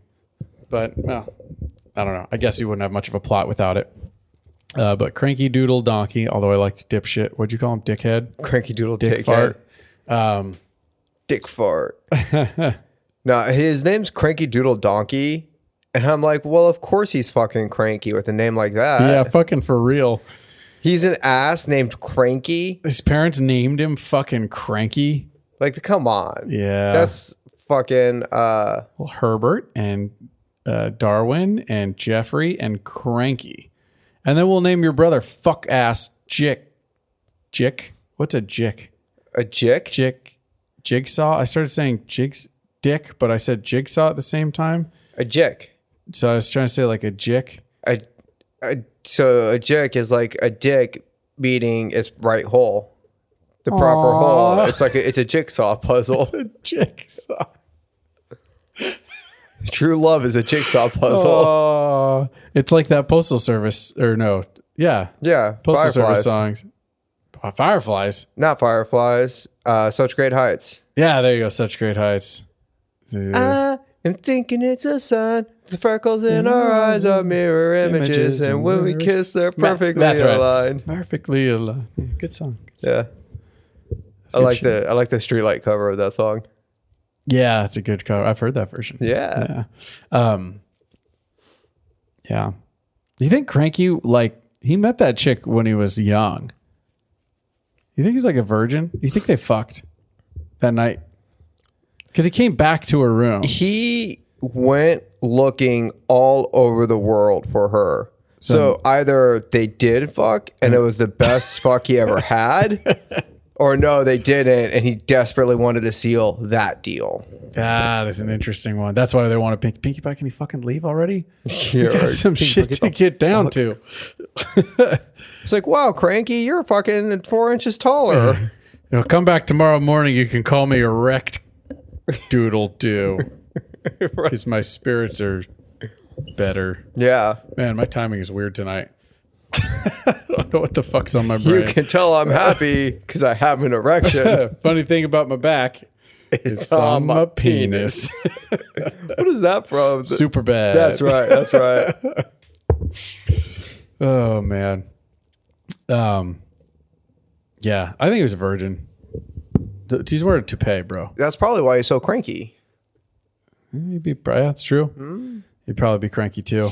Speaker 3: But well, I don't know. I guess you wouldn't have much of a plot without it. Uh, but cranky doodle donkey. Although I liked dipshit. What'd you call him? Dickhead.
Speaker 2: cranky doodle
Speaker 3: Dick
Speaker 2: dickhead.
Speaker 3: fart.
Speaker 2: Dick fart. no, his name's Cranky Doodle Donkey. And I'm like, well, of course he's fucking cranky with a name like that.
Speaker 3: yeah, fucking for real.
Speaker 2: He's an ass named Cranky.
Speaker 3: His parents named him fucking Cranky.
Speaker 2: Like, come on.
Speaker 3: Yeah.
Speaker 2: That's fucking uh
Speaker 3: Well, Herbert and uh, Darwin and Jeffrey and Cranky. And then we'll name your brother fuck ass Jick. Jick? What's a Jick?
Speaker 2: a jick.
Speaker 3: Jick. Jigsaw? I started saying jigs dick, but I said jigsaw at the same time.
Speaker 2: A jick.
Speaker 3: So I was trying to say like a jick.
Speaker 2: A, a so a jick is like a dick beating its right hole. The proper hole. It's like a, it's a jigsaw puzzle.
Speaker 3: A jigsaw.
Speaker 2: True love is a jigsaw puzzle.
Speaker 3: Oh, it's like that postal service or no. Yeah.
Speaker 2: yeah.
Speaker 3: Postal
Speaker 2: Fireflies.
Speaker 3: service songs. Uh, Fireflies.
Speaker 2: Not fireflies. Uh such great heights.
Speaker 3: Yeah, there you go. Such great heights.
Speaker 2: I am thinking it's a sign. The freckles in our eyes are mirror images,
Speaker 3: Images
Speaker 2: and
Speaker 3: and
Speaker 2: when we
Speaker 3: mirrors.
Speaker 2: kiss, they're perfectly
Speaker 3: that's right.
Speaker 2: aligned.
Speaker 3: Perfectly aligned. Yeah, Good song. Good song.
Speaker 2: Yeah, I
Speaker 3: good
Speaker 2: like
Speaker 3: shit.
Speaker 2: the I like the streetlight cover of that song.
Speaker 3: Yeah, it's a good cover. I've heard that version.
Speaker 2: Yeah,
Speaker 3: Yeah. Um, yeah. You think Cranky, like, he met that chick when he was young. You think he's like a virgin? You think they fucked that night? Because he came back to her room.
Speaker 2: he went looking all over the world for her. So, Mm. either they did fuck, and it was the best fuck he ever had. Or no, they didn't, and he desperately wanted to seal that deal.
Speaker 3: That is Ah, an interesting one. That's why they want to pink Pinkie Pie. Can you fucking leave already?
Speaker 2: You're
Speaker 3: Got some shit to get down to.
Speaker 2: It's like, wow, Cranky, you're fucking four inches taller.
Speaker 3: You know, come back tomorrow morning. You can call me erect doodle do because my spirits are better.
Speaker 2: yeah.
Speaker 3: Man, my timing is weird tonight. I don't know what the fuck's on my
Speaker 2: You
Speaker 3: brain.
Speaker 2: can tell I'm happy because I have an erection.
Speaker 3: Funny thing about my back, it's on my penis.
Speaker 2: what is that from?
Speaker 3: Super bad.
Speaker 2: That's right. That's right.
Speaker 3: Oh man. Um Yeah, I think he was a virgin. Th- He's wearing a toupee, bro.
Speaker 2: That's probably why he's so cranky.
Speaker 3: He'd be, yeah, that's true.
Speaker 2: Mm.
Speaker 3: He'd probably be cranky too.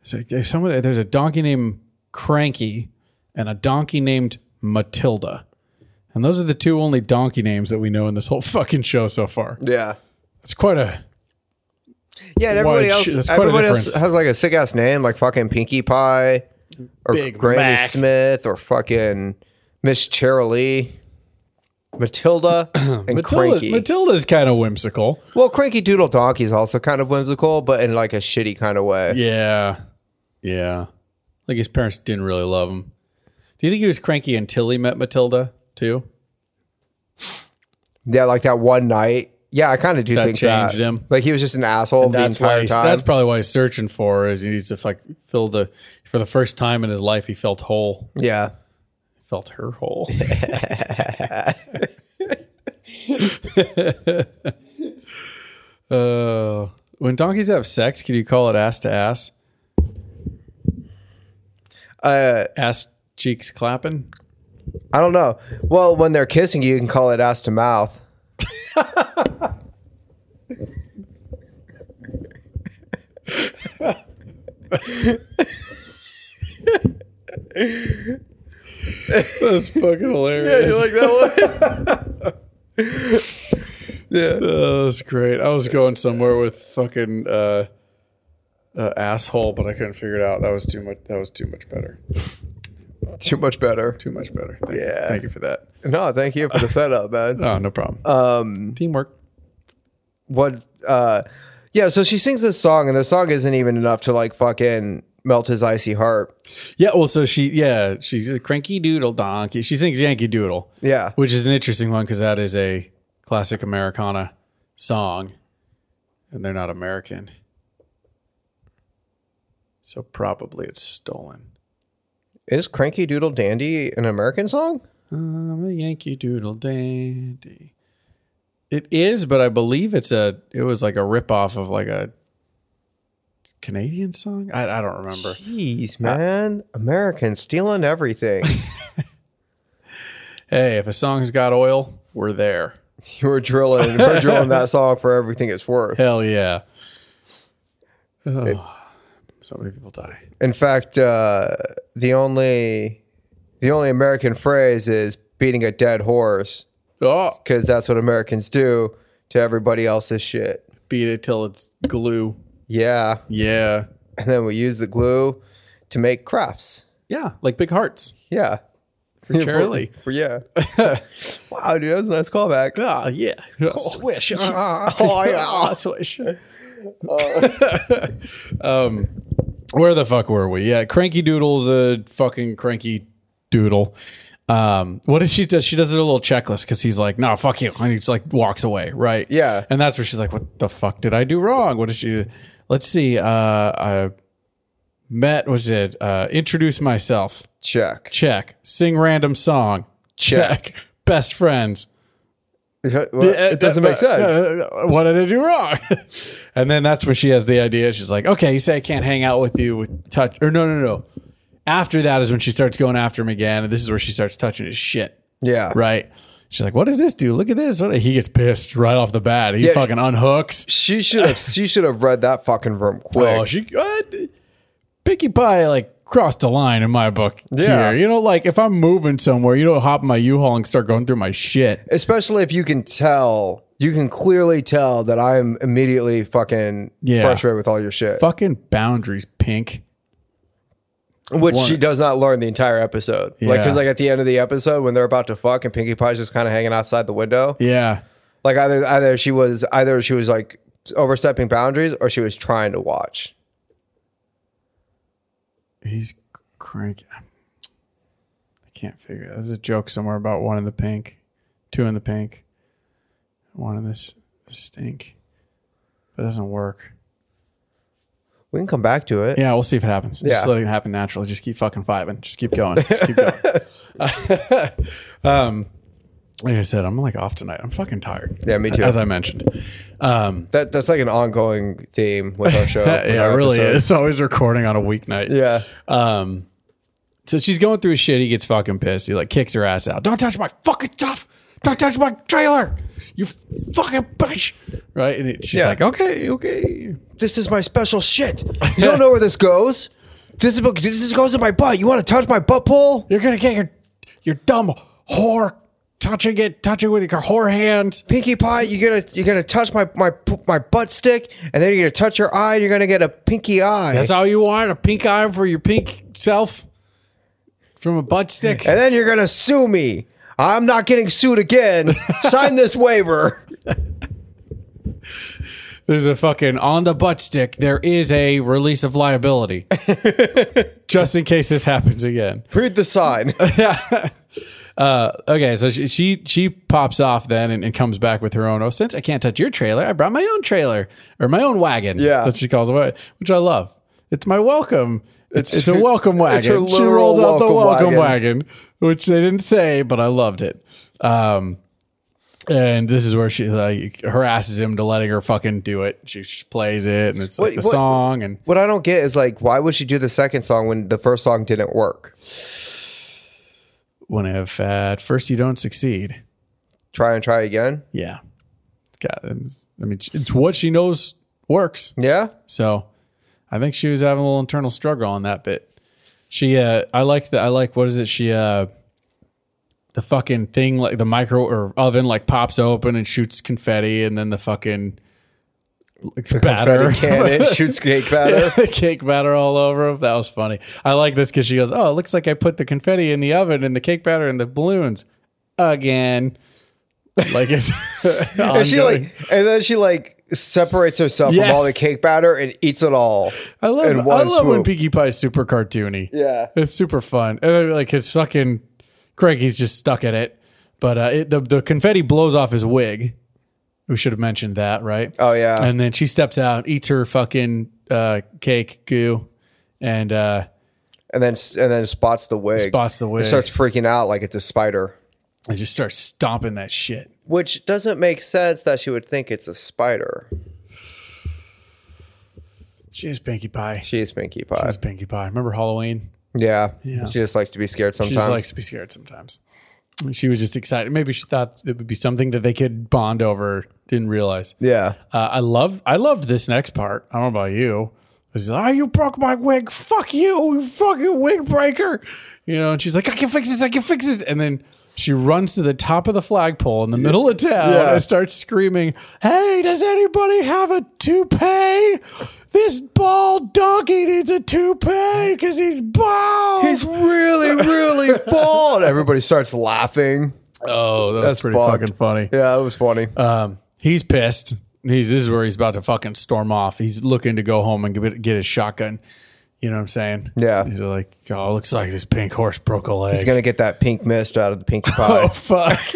Speaker 3: It's like if someone, there's a donkey named Cranky and a donkey named Matilda, and those are the two only donkey names that we know in this whole fucking show so far.
Speaker 2: Yeah.
Speaker 3: It's quite a
Speaker 2: Yeah, and
Speaker 3: Why,
Speaker 2: everybody
Speaker 3: shit,
Speaker 2: else,
Speaker 3: that's quite a
Speaker 2: everybody else
Speaker 3: difference.
Speaker 2: has like a sick ass name, like fucking Pinkie Pie, or
Speaker 3: Big
Speaker 2: Granny
Speaker 3: Mac.
Speaker 2: Smith, or fucking Miss Cheryl Matilda, and
Speaker 3: Matilda.
Speaker 2: Cranky.
Speaker 3: Matilda's kind of whimsical.
Speaker 2: well, Cranky Doodle Donkey is also kind of whimsical, but in like a shitty kind of way.
Speaker 3: Yeah, yeah. Like his parents didn't really love him. Do you think he was cranky until he met Matilda too?
Speaker 2: Yeah, like that one night. Yeah, I kind of do
Speaker 3: That
Speaker 2: think that.
Speaker 3: changed him.
Speaker 2: Like he was just an asshole the
Speaker 3: that's why
Speaker 2: entire
Speaker 3: he's-
Speaker 2: time.
Speaker 3: That's probably why he's searching for her, is he needs to like fill the for the first time in his life he felt whole,
Speaker 2: yeah.
Speaker 3: felt her whole. uh, when donkeys have sex, can you call it ass to ass?
Speaker 2: Uh,
Speaker 3: Ass cheeks clapping.
Speaker 2: I don't know. Well, when they're kissing you, you can call it ass to mouth.
Speaker 3: That's fucking hilarious.
Speaker 2: that one?
Speaker 3: Oh, that's great. I was going somewhere with fucking uh, uh, asshole, but I couldn't figure it out. That was too much. That was too much better.
Speaker 2: Too much better.
Speaker 3: Too much better. Thank you.
Speaker 2: Yeah.
Speaker 3: Thank you for that.
Speaker 2: No, thank you for the setup, man.
Speaker 3: Oh, no problem.
Speaker 2: Um,
Speaker 3: Teamwork.
Speaker 2: what? Uh, yeah. So she sings this song, and the song isn't even enough to like fucking melt his icy heart.
Speaker 3: Yeah. Well, so she, yeah, she's a cranky doodle donkey. She sings Yankee Doodle.
Speaker 2: Yeah.
Speaker 3: Which is an interesting one because that is a classic Americana song, and they're not American. So probably it's stolen.
Speaker 2: Is Cranky Doodle Dandy an American song?
Speaker 3: I'm a Yankee Doodle Dandy. It is, but I believe it's a. It was like a ripoff of like a Canadian song. I, I don't remember.
Speaker 2: Jeez, man, Americans stealing everything.
Speaker 3: Hey, if a song's got oil, we're there.
Speaker 2: you were drilling, we're drilling that song for everything it's worth.
Speaker 3: Hell yeah. Oh, so many people die.
Speaker 2: In fact, uh, the only the only American phrase is beating a dead horse
Speaker 3: Oh,
Speaker 2: because that's what Americans do to everybody else's shit.
Speaker 3: beat it till it's glue.
Speaker 2: Yeah,
Speaker 3: Yeah.
Speaker 2: and then we use the glue to make crafts.
Speaker 3: Yeah, like big hearts.
Speaker 2: Yeah. For
Speaker 3: Charlie.
Speaker 2: For- yeah. wow, dude, that was a nice callback.
Speaker 3: Ah, yeah. Swish. Ah,
Speaker 2: Oh, yeah.
Speaker 3: swish. um, where the fuck were we? Yeah, Cranky Doodle's a fucking cranky doodle. Um, what did she do? She does a little checklist because he's like, "No, fuck you," and he just like walks away, right?
Speaker 2: Yeah.
Speaker 3: and that's where she's like, "What the fuck did I do wrong? What did she?" Let's see. Uh, I met. Was it uh, introduce myself?
Speaker 2: Check.
Speaker 3: Check. Sing random song.
Speaker 2: Check.
Speaker 3: Check. Best friends.
Speaker 2: It, it doesn't
Speaker 3: uh,
Speaker 2: make sense.
Speaker 3: What did I do wrong? and then that's where she has the idea. She's like, okay, you say I can't hang out with you with touch. Or no, no, no. After that is when she starts going after him again. And this is where she starts touching his shit.
Speaker 2: Yeah.
Speaker 3: Right. She's like, what does this do? Look at this. What? He gets pissed right off the bat. He
Speaker 2: Yeah.
Speaker 3: fucking unhooks.
Speaker 2: She should have she should have read that fucking room quick.
Speaker 3: Oh, she uh, Pinkie Pie like crossed the line in my book.
Speaker 2: Yeah.
Speaker 3: Here. You know, like if I'm moving somewhere, you don't hop in my U-Haul and start going through my shit.
Speaker 2: Especially if you can tell, you can clearly tell that I'm immediately fucking
Speaker 3: Yeah.
Speaker 2: frustrated with all your shit.
Speaker 3: Fucking boundaries, pink.
Speaker 2: Which she does not learn the entire episode. Like,
Speaker 3: Yeah.
Speaker 2: cause like at the end of the episode when they're about to fuck and Pinkie Pie's just kind of hanging outside the window.
Speaker 3: Yeah.
Speaker 2: Like either either she was either she was like overstepping boundaries or she was trying to watch.
Speaker 3: He's cranky. I can't figure. There's a joke somewhere about one in the pink, two in the pink, one in this stink. But it doesn't work.
Speaker 2: We can come back to it.
Speaker 3: Yeah, we'll see if it happens. Just
Speaker 2: Yeah.
Speaker 3: let it happen naturally. Just keep fucking vibing. Just keep going. Just keep going. um, like I said, I'm like off tonight. I'm fucking tired.
Speaker 2: Yeah, me too. Oh,
Speaker 3: As I mentioned. Um,
Speaker 2: That that's like an ongoing theme with our show.
Speaker 3: yeah, it really is. Always recording on a weeknight.
Speaker 2: Yeah.
Speaker 3: Um, So she's going through shit. He gets fucking pissed. He like kicks her ass out. Don't touch my fucking stuff. Don't touch my trailer. You fucking bitch. Right? And it, she's
Speaker 2: Yeah.
Speaker 3: like, okay, okay.
Speaker 2: This is my special shit. You don't know where this goes. This is this goes in my butt. You want to touch my butt pole?
Speaker 3: You're gonna get your your dumb whore touching it, touching with your whore hand.
Speaker 2: Pinkie Pie, you're gonna you're gonna touch my my my butt stick, and then you're gonna touch your eye. And you're gonna get a pinky eye,
Speaker 3: That's all you want—a pink eye for your pink self from a butt stick.
Speaker 2: and then you're gonna sue me. I'm not getting sued again. Sign this waiver.
Speaker 3: There's a fucking on the butt stick. There is a release of liability, just in case this happens again.
Speaker 2: Read the sign.
Speaker 3: Uh, okay, so she, she she pops off then and, and comes back with her own. Oh, since I can't touch your trailer, I brought my own trailer or my own wagon.
Speaker 2: Yeah.
Speaker 3: that's what she calls it, which I love. It's my welcome. It's
Speaker 2: It's
Speaker 3: it's, a
Speaker 2: her-
Speaker 3: welcome wagon.
Speaker 2: it's her
Speaker 3: she
Speaker 2: literal
Speaker 3: rolls out the
Speaker 2: welcome
Speaker 3: welcome
Speaker 2: wagon.
Speaker 3: wagon. which they didn't say, but I loved it. Um, and this is where she like harasses him to letting her fucking do it. She, she plays it, and it's like
Speaker 2: Wait,
Speaker 3: the
Speaker 2: what-
Speaker 3: song and.
Speaker 2: What I don't get is like, why would she do the second song when the first song didn't work?
Speaker 3: when if at first you don't succeed.
Speaker 2: Try and try again.
Speaker 3: Yeah. It's got, it's- I mean, it's what she knows works.
Speaker 2: Yeah,
Speaker 3: So I think she was having a little internal struggle on that bit. She, uh, I like that. I like, what is it? She, uh, the fucking thing, like the micro or oven, like pops open and shoots confetti, and then the fucking like, batter
Speaker 2: Confetti cannon shoots cake batter.
Speaker 3: the cake batter all over him. That was funny. I like this because she goes, "Oh, it looks like I put the confetti in the oven and the cake batter and the balloons again." Like it's
Speaker 2: And she like, and then she like separates herself
Speaker 3: Yes.
Speaker 2: from all the cake batter and eats it all.
Speaker 3: I love
Speaker 2: in
Speaker 3: I
Speaker 2: one
Speaker 3: love when
Speaker 2: swoop.
Speaker 3: Pinkie Pie is super cartoony.
Speaker 2: Yeah.
Speaker 3: it's super fun. And then, like his fucking Craigie's just stuck at it, but uh, it, the the confetti blows off his wig. We should have mentioned that, right?
Speaker 2: Oh, yeah.
Speaker 3: And then she steps out, eats her fucking uh, cake goo, and uh,
Speaker 2: and then and then spots the wig.
Speaker 3: Spots the wig.
Speaker 2: And starts freaking out like it's a spider,
Speaker 3: and just starts stomping that shit.
Speaker 2: which doesn't make sense that she would think it's a spider.
Speaker 3: She is Pinkie Pie.
Speaker 2: She is Pinkie Pie.
Speaker 3: That's Pinkie Pie. Remember Halloween?
Speaker 2: yeah.
Speaker 3: Yeah.
Speaker 2: she just likes to be scared
Speaker 3: She
Speaker 2: sometimes.
Speaker 3: just likes to be scared sometimes. She was just excited. Maybe she thought it would be something that they could bond over. Didn't realize.
Speaker 2: yeah,
Speaker 3: Uh, I love. I loved this next part. I don't know about you. She's like, "Oh, you broke my wig. Fuck you, you fucking wig breaker." You know. And she's like, "I can fix this. I can fix this." And then she runs to the top of the flagpole in the middle of town
Speaker 2: Yeah.
Speaker 3: and starts screaming, "Hey, does anybody have a toupee? This bald donkey needs a toupee because he's bald."
Speaker 2: he's really really bald. Everybody starts laughing.
Speaker 3: oh, that was
Speaker 2: That's
Speaker 3: pretty
Speaker 2: fucked.
Speaker 3: fucking funny.
Speaker 2: Yeah, it was funny.
Speaker 3: Uh, He's pissed. He's this is where he's about to fucking storm off. He's looking to go home and get, get his shotgun. You know what I'm saying?
Speaker 2: Yeah.
Speaker 3: He's like, oh, looks like this pink horse broke a leg.
Speaker 2: he's gonna get that pink mist out of the Pinkie Pie.
Speaker 3: oh fuck.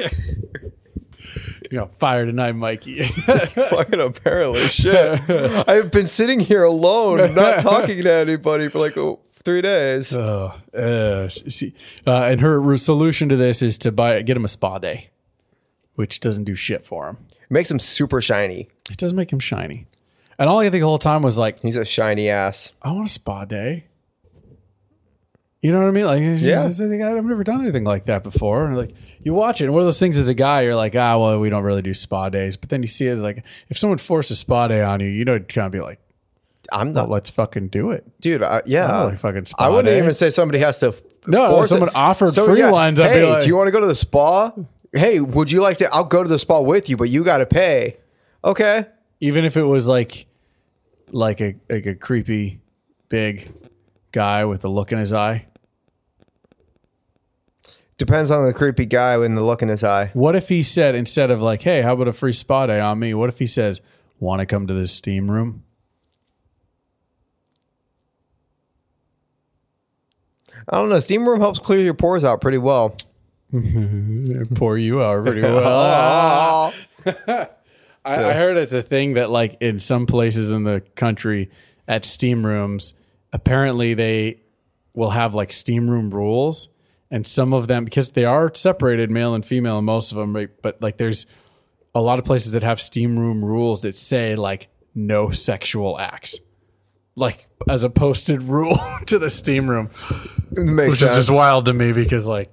Speaker 3: you know, fire tonight, Mikey.
Speaker 2: Fucking apparently, shit. I've been sitting here alone, not talking to anybody for like oh, three days.
Speaker 3: oh, uh, she, uh, and her solution to this is to buy get him a spa day, which doesn't do shit for him.
Speaker 2: Makes him super shiny.
Speaker 3: It does make him shiny. And all I could think the whole time was like,
Speaker 2: He's a shiny ass.
Speaker 3: I want a spa day. You know what I mean? Like, it's
Speaker 2: Yeah.
Speaker 3: just- I think I've never done anything like that before. And like, you watch it, and one of those things as a guy, you're like, ah, well, we don't really do spa days. But then you see it as like, if someone forced a spa day on you, you know, you'd kind of be like,
Speaker 2: I'm not
Speaker 3: let's fucking do it.
Speaker 2: dude. I, yeah,
Speaker 3: I don't like fucking spa
Speaker 2: I wouldn't
Speaker 3: day.
Speaker 2: even say somebody has to. f-
Speaker 3: No, if
Speaker 2: force
Speaker 3: someone
Speaker 2: it.
Speaker 3: offered free ones, I'd be
Speaker 2: Hey,
Speaker 3: like-
Speaker 2: do you want to go to the spa? Hey, would you like to? I'll go to the spa with you, but you got to pay. Okay.
Speaker 3: Even if it was like, like a like a creepy, big guy with a look in his eye.
Speaker 2: Depends on the creepy guy with the look in his eye.
Speaker 3: What if he said instead of like, hey, how about a free spa day on me? What if he says, want to come to this steam room?
Speaker 2: I don't know. Steam room helps clear your pores out pretty well.
Speaker 3: pour you out pretty well. I, I heard it's a thing that like in some places in the country at steam rooms, apparently they will have like steam room rules, and some of them because they are separated, male and female, and most of them, right, but like there's a lot of places that have steam room rules that say like no sexual acts. like as a posted rule to the steam room,
Speaker 2: It makes
Speaker 3: which
Speaker 2: sense.
Speaker 3: is just wild to me because like,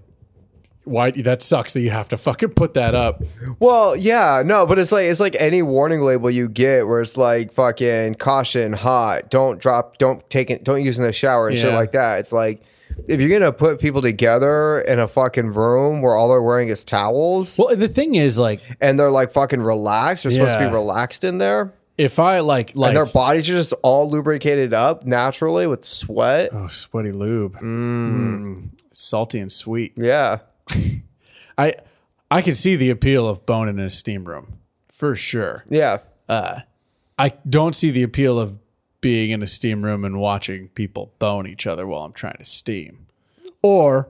Speaker 3: why that sucks that you have to fucking put that up.
Speaker 2: Well, yeah, no, but it's like it's like any warning label you get where it's like fucking caution, hot, don't drop, don't take it, don't use in the shower and shit
Speaker 3: Yeah.
Speaker 2: like that. It's like if you're gonna put people together in a fucking room where all they're wearing is towels
Speaker 3: Well, and the thing is like,
Speaker 2: and they're like fucking relaxed, they're supposed to
Speaker 3: Yeah.
Speaker 2: be relaxed in there,
Speaker 3: if I like like
Speaker 2: and their bodies are just all lubricated up naturally with sweat.
Speaker 3: oh, sweaty lube, Mm. salty and sweet.
Speaker 2: Yeah,
Speaker 3: I I can see the appeal of boning in a steam room for sure.
Speaker 2: yeah,
Speaker 3: I don't see the appeal of being in a steam room and watching people bone each other while I'm trying to steam, or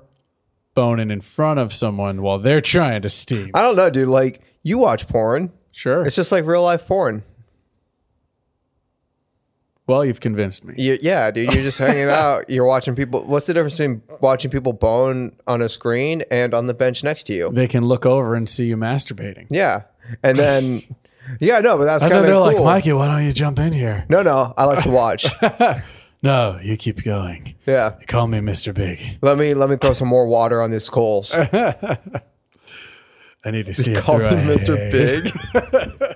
Speaker 3: boning in front of someone while they're trying to steam.
Speaker 2: I don't know, dude. Like you watch porn,
Speaker 3: Sure.
Speaker 2: it's just like real life porn.
Speaker 3: Well, you've convinced me.
Speaker 2: You, yeah, dude, you're just hanging out. You're watching people. What's the difference between watching people bone on a screen and on the bench next to you?
Speaker 3: They can look over and see you masturbating.
Speaker 2: Yeah, and then yeah, no, but that's
Speaker 3: And
Speaker 2: kind
Speaker 3: then
Speaker 2: of
Speaker 3: they're
Speaker 2: cool.
Speaker 3: like, Mikey, why don't you jump in here?
Speaker 2: no, no, I like to watch.
Speaker 3: No, you keep going.
Speaker 2: Yeah,
Speaker 3: Call me Mr. Big.
Speaker 2: let me let me throw some more water on these coals.
Speaker 3: I need to see it
Speaker 2: Call me
Speaker 3: through. I-
Speaker 2: Mr. Big.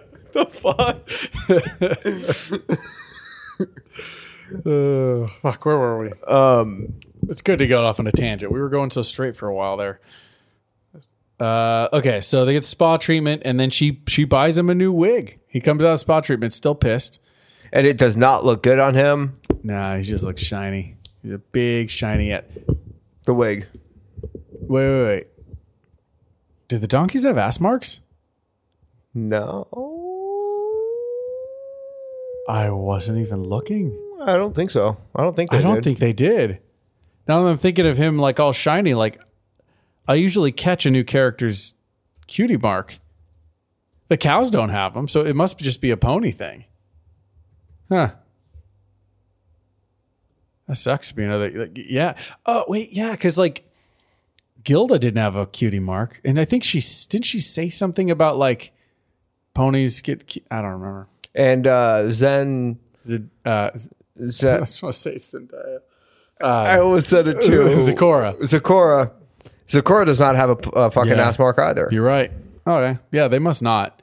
Speaker 3: Uh, fuck, where were we? Um, it's good to go off on a tangent. We were going so straight for a while there. Uh, okay, so they get spa treatment, and then she she buys him a new wig. He comes out of spa treatment still pissed.
Speaker 2: and it does not look good on him.
Speaker 3: Nah, he just looks shiny. He's a big shiny. At
Speaker 2: The wig.
Speaker 3: wait, wait, wait. Did the donkeys have ass marks?
Speaker 2: No,
Speaker 3: I wasn't even looking.
Speaker 2: I don't think so. I don't think. They
Speaker 3: I don't
Speaker 2: did.
Speaker 3: think they did. Now that I'm thinking of him like all shiny, like I usually catch a new character's cutie mark. The cows don't have them, so it must just be a pony thing. Huh. That sucks to be another. Like, yeah. Oh, wait. Yeah. Because like Gilda didn't have a cutie mark. And I think she did she say something about like ponies get. cu- I don't remember.
Speaker 2: And uh, Zen.
Speaker 3: Zed- Uh, Z- I
Speaker 2: Zen
Speaker 3: was going to say Zendaya. Uh,
Speaker 2: I always said it too.
Speaker 3: Zakora.
Speaker 2: Zakora. Zakora does not have a, p- a fucking
Speaker 3: Yeah.
Speaker 2: ass mark either.
Speaker 3: You're right. Okay. Yeah, they must not.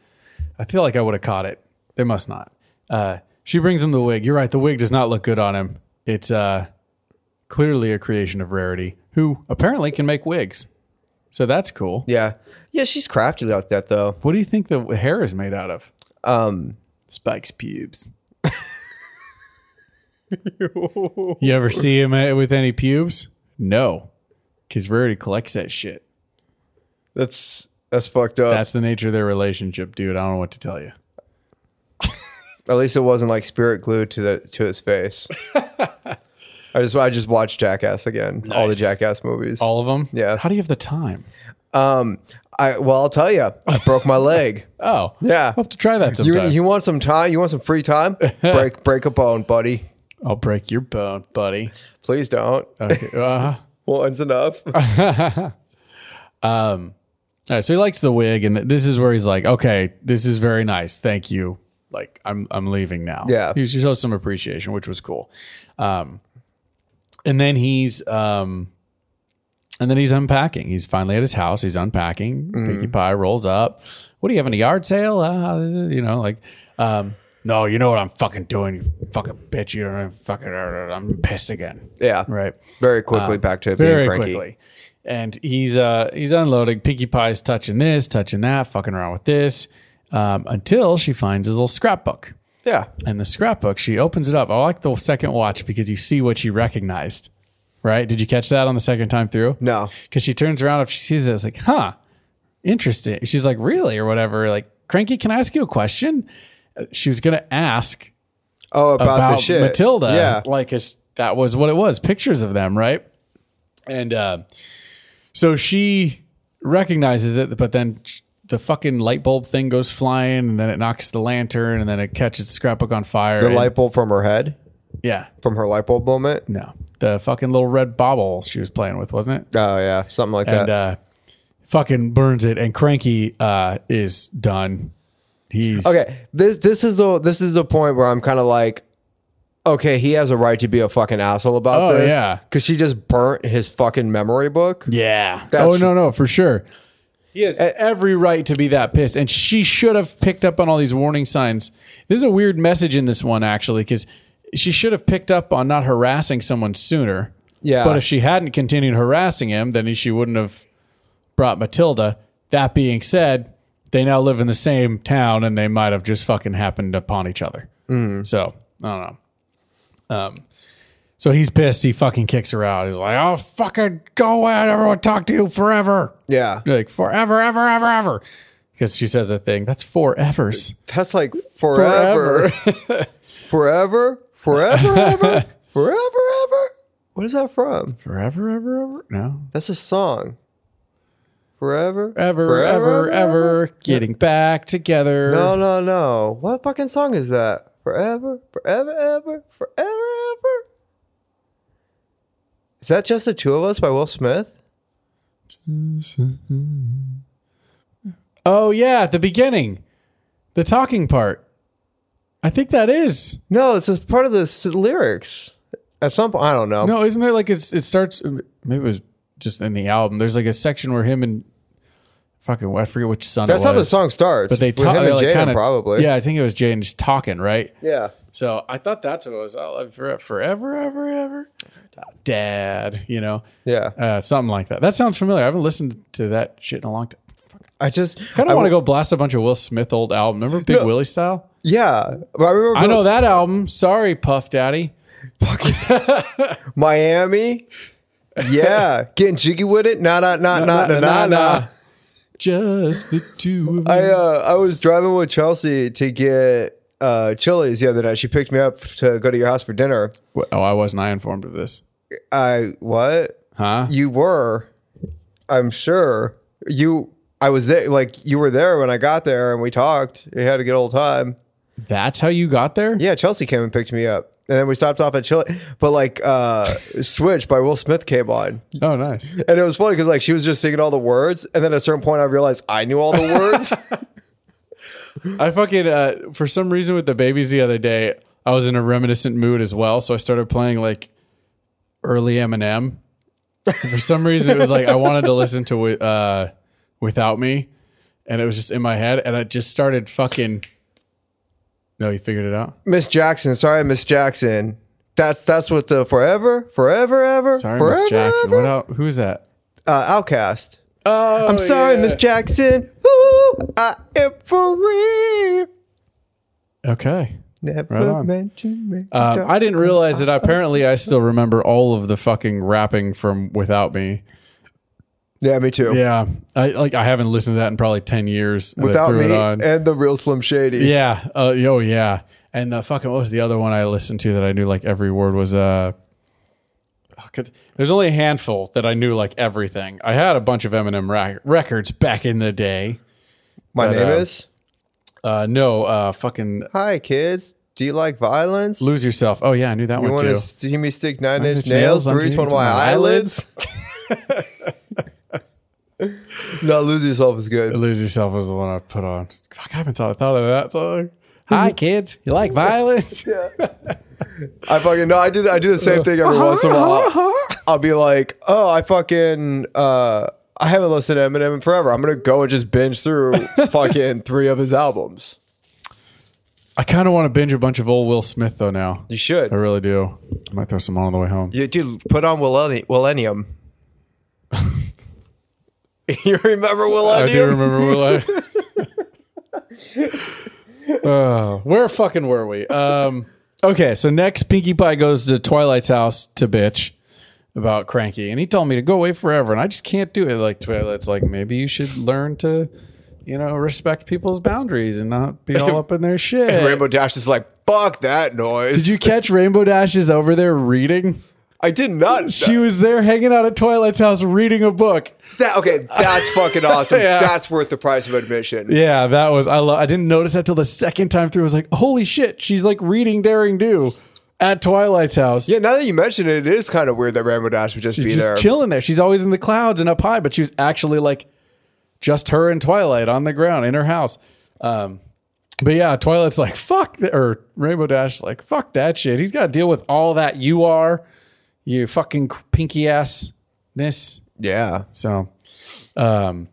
Speaker 3: I feel like I would have caught it. They must not. Uh, she brings him the wig. You're right. The wig does not look good on him. It's uh, clearly a creation of Rarity, who apparently can make wigs. So that's cool.
Speaker 2: Yeah. Yeah, she's crafty like that though.
Speaker 3: What do you think the hair is made out of? Um, Spike's pubes. you ever see him uh, with any pubes? No, because Rarity collects that shit.
Speaker 2: That's that's fucked up.
Speaker 3: That's the nature of their relationship, dude. I don't know what to tell you.
Speaker 2: At least it wasn't like spirit glued to the to his face. I just I just watched Jackass again. All the
Speaker 3: Nice.
Speaker 2: Jackass movies.
Speaker 3: All of them?
Speaker 2: Yeah.
Speaker 3: How do you have the time?
Speaker 2: um I well I'll tell you. I broke my leg.
Speaker 3: Oh,
Speaker 2: Yeah.
Speaker 3: I'll have to try that
Speaker 2: You
Speaker 3: sometime.
Speaker 2: you want some time? You want some free time? break break a bone, buddy.
Speaker 3: I'll break your bone, buddy.
Speaker 2: Please don't.
Speaker 3: Okay. Uh, all
Speaker 2: One's enough.
Speaker 3: right. So he likes the wig, and this is where he's like, "Okay, this is very nice. Thank you. Like, I'm I'm leaving now."
Speaker 2: Yeah.
Speaker 3: He shows some appreciation, which was cool. Um, and then he's um, and then he's unpacking. He's finally at his house. He's unpacking.
Speaker 2: Mm-hmm.
Speaker 3: Pinkie Pie rolls up. What do you having a yard sale? Uh, you know, like, um, no, you know what I'm fucking doing, you fucking bitch. You don't fucking. I'm pissed again.
Speaker 2: Yeah.
Speaker 3: Right.
Speaker 2: Very quickly back to
Speaker 3: Um, very
Speaker 2: being cranky.
Speaker 3: quickly. And he's uh he's unloading. Pinkie Pie's touching this, touching that, fucking around with this, um, until she finds his little scrapbook.
Speaker 2: Yeah.
Speaker 3: And the scrapbook, she opens it up. I like the second watch because you see what she recognized. Right? Did you catch that on the second time through?
Speaker 2: No.
Speaker 3: Because she turns around if she sees it, it's like, huh, interesting. She's like, really, or whatever. Like, cranky, can I ask you a question? Uh, She was gonna ask
Speaker 2: Oh, about,
Speaker 3: about
Speaker 2: the shit.
Speaker 3: Matilda.
Speaker 2: Yeah.
Speaker 3: Like it's that was what it was. Pictures of them, right? And uh, so she recognizes it, but then the fucking light bulb thing goes flying, and then it knocks the lantern, and then it catches the scrapbook on fire.
Speaker 2: The
Speaker 3: and-
Speaker 2: light bulb from her head,
Speaker 3: yeah,
Speaker 2: from her light bulb moment.
Speaker 3: no, the fucking little red bobble she was playing with, wasn't it?
Speaker 2: Oh yeah, something like
Speaker 3: And
Speaker 2: that.
Speaker 3: uh, fucking burns it, and Cranky uh, is done. He's
Speaker 2: okay, this this is the this is the point where I'm kind of like, okay, he has a right to be a fucking asshole about
Speaker 3: Oh,
Speaker 2: this.
Speaker 3: yeah.
Speaker 2: Because she just burnt his fucking memory book.
Speaker 3: Yeah.
Speaker 2: That's-
Speaker 3: oh no, no, for sure. He has every right to be that pissed, and she should have picked up on all these warning signs. There's a weird message in this one actually, because she should have picked up on not harassing someone sooner.
Speaker 2: Yeah.
Speaker 3: But if she hadn't continued harassing him, then she wouldn't have brought Matilda. That being said, they now live in the same town, and they might have just fucking happened upon each other. So I don't know. Um, So he's pissed. He fucking kicks her out. He's like, "I'll fucking go away. I never want to talk to you forever."
Speaker 2: Yeah.
Speaker 3: Like forever, ever, ever, ever. Because she says that thing. That's four effers.
Speaker 2: That's like forever. Forever. Forever. ever. Forever. Ever. What is that from?
Speaker 3: Forever, ever, ever. No.
Speaker 2: That's a song. Forever.
Speaker 3: Ever, ever, ever, getting back together.
Speaker 2: No, no, no. What fucking song is that? Forever, forever, ever, forever, ever. Is that just the two of us by Will Smith?
Speaker 3: Oh yeah, at the beginning, the talking part. I think that is.
Speaker 2: No, it's just part of the s- lyrics. At some point, I don't know.
Speaker 3: No, isn't there like it's, it starts? um, Maybe it was just in the album. There's like a section where him and fucking I forget which son. it
Speaker 2: That's how the
Speaker 3: was.
Speaker 2: song starts.
Speaker 3: But they
Speaker 2: with
Speaker 3: talk
Speaker 2: him and
Speaker 3: like
Speaker 2: Jaden,
Speaker 3: kind of
Speaker 2: probably.
Speaker 3: Yeah, I think it was Jaden just talking, right?
Speaker 2: yeah.
Speaker 3: So I thought that's what it was. I love forever, forever, ever, ever, dad. You know,
Speaker 2: Yeah.
Speaker 3: uh, something like that. That sounds familiar. I haven't listened to that shit in a long time.
Speaker 2: I just
Speaker 3: Kind of want to go blast a bunch of Will Smith old album. Remember Big Willie style?
Speaker 2: Yeah, but I remember.
Speaker 3: I know that album. Sorry, Puff Daddy.
Speaker 2: Miami. Yeah, getting jiggy with it. Nah, nah, nah, nah, nah, nah, nah.
Speaker 3: Just the two of
Speaker 2: I
Speaker 3: us.
Speaker 2: uh, I was driving with Chelsea to get uh, Chili's the other night. She picked me up to go to your house for dinner.
Speaker 3: oh, I wasn't. I informed of this.
Speaker 2: I what?
Speaker 3: Huh?
Speaker 2: You were, I'm sure. You, I was there. Like you were there when I got there, and we talked. We had a good old time.
Speaker 3: That's how you got there?
Speaker 2: Yeah, Chelsea came and picked me up, and then we stopped off at Chili. But like, uh, Switch by Will Smith came on,
Speaker 3: Oh, nice.
Speaker 2: and it was funny because like she was just singing all the words, and then at a certain point I realized I knew all the words.
Speaker 3: I fucking uh, for some reason with the babies the other day, I was in a reminiscent mood as well, so I started playing like early Eminem. For some reason, it was like I wanted to listen to wi- uh, "Without Me," and it was just in my head, and I just started fucking. No, you figured it out.
Speaker 2: Miss Jackson, sorry, Miss Jackson. That's that's what the forever, forever, ever,
Speaker 3: Sorry,
Speaker 2: forever,
Speaker 3: Miss Jackson.
Speaker 2: ever,
Speaker 3: What out? Who's that?
Speaker 2: uh, Outcast.
Speaker 3: Oh,
Speaker 2: I'm sorry, Miss Jackson. Ooh, I am for real.
Speaker 3: Okay.
Speaker 2: Never
Speaker 3: Right on.
Speaker 2: meant you make a
Speaker 3: Um,
Speaker 2: dark-
Speaker 3: I didn't realize that. Apparently, I still remember all of the fucking rapping from "Without Me."
Speaker 2: yeah, me too.
Speaker 3: Yeah, I like I haven't listened to that in probably ten years. and I
Speaker 2: Without
Speaker 3: threw it
Speaker 2: me
Speaker 3: on.
Speaker 2: and the real Slim Shady.
Speaker 3: Yeah. Uh, oh, yeah. And uh, fucking, what was the other one I listened to that I knew like every word was? Uh, oh, 'cause there's only a handful that I knew like everything. I had a bunch of Eminem rac- records back in the day.
Speaker 2: My
Speaker 3: But,
Speaker 2: name
Speaker 3: uh,
Speaker 2: is.
Speaker 3: Uh, no, uh, fucking
Speaker 2: Hi, kids. Do you like violence?
Speaker 3: lose yourself. Oh yeah, I knew that
Speaker 2: you
Speaker 3: one
Speaker 2: want
Speaker 3: too.
Speaker 2: to see me stick nine
Speaker 3: Nine
Speaker 2: inch
Speaker 3: Inch
Speaker 2: nails
Speaker 3: Nails on
Speaker 2: through each one of my
Speaker 3: my
Speaker 2: eyelids? no, lose yourself is good.
Speaker 3: lose yourself was the one I put on. Fuck, I haven't thought, thought of that song. Hi kids, you like violence?
Speaker 2: I fucking no. I do. I do the same thing every once in a while. I'll be like, oh, I fucking. uh I haven't listened to Eminem in forever. I'm gonna go and just binge through fucking three of his albums.
Speaker 3: I kind of want to binge a bunch of old Will Smith though now.
Speaker 2: You should.
Speaker 3: I really do. I might throw some on the way home.
Speaker 2: You, dude, put on Willenni- Millennium. you remember Millennium?
Speaker 3: I do remember Willow. oh, where fucking were we? Um, okay, so next Pinkie Pie goes to Twilight's house to bitch about Cranky, and he told me to go away forever, and I just can't do it. Like Twilight's like, maybe you should learn to, you know, respect people's boundaries and not be all up in their shit.
Speaker 2: Rainbow Dash is like, fuck that noise.
Speaker 3: Did you catch Rainbow Dashes over there reading?
Speaker 2: I did not.
Speaker 3: She was there hanging out at Twilight's house reading a book.
Speaker 2: that, okay, that's fucking awesome.
Speaker 3: Yeah.
Speaker 2: That's worth the price of admission.
Speaker 3: Yeah, that was I. Lo- I didn't notice that till the second time through. I was like, "Holy shit!" She's like reading Daring Do at Twilight's house.
Speaker 2: Yeah, now that you mention it, it is kind of weird that Rainbow Dash would just
Speaker 3: she's
Speaker 2: be
Speaker 3: just
Speaker 2: there.
Speaker 3: chilling there. She's always in the clouds and up high, but she was actually like just her and Twilight on the ground in her house. Um, But yeah, Twilight's like fuck, th- or Rainbow Dash is like fuck that shit. He's got to deal with all that you are, you fucking pinky assness.
Speaker 2: Yeah.
Speaker 3: So, um,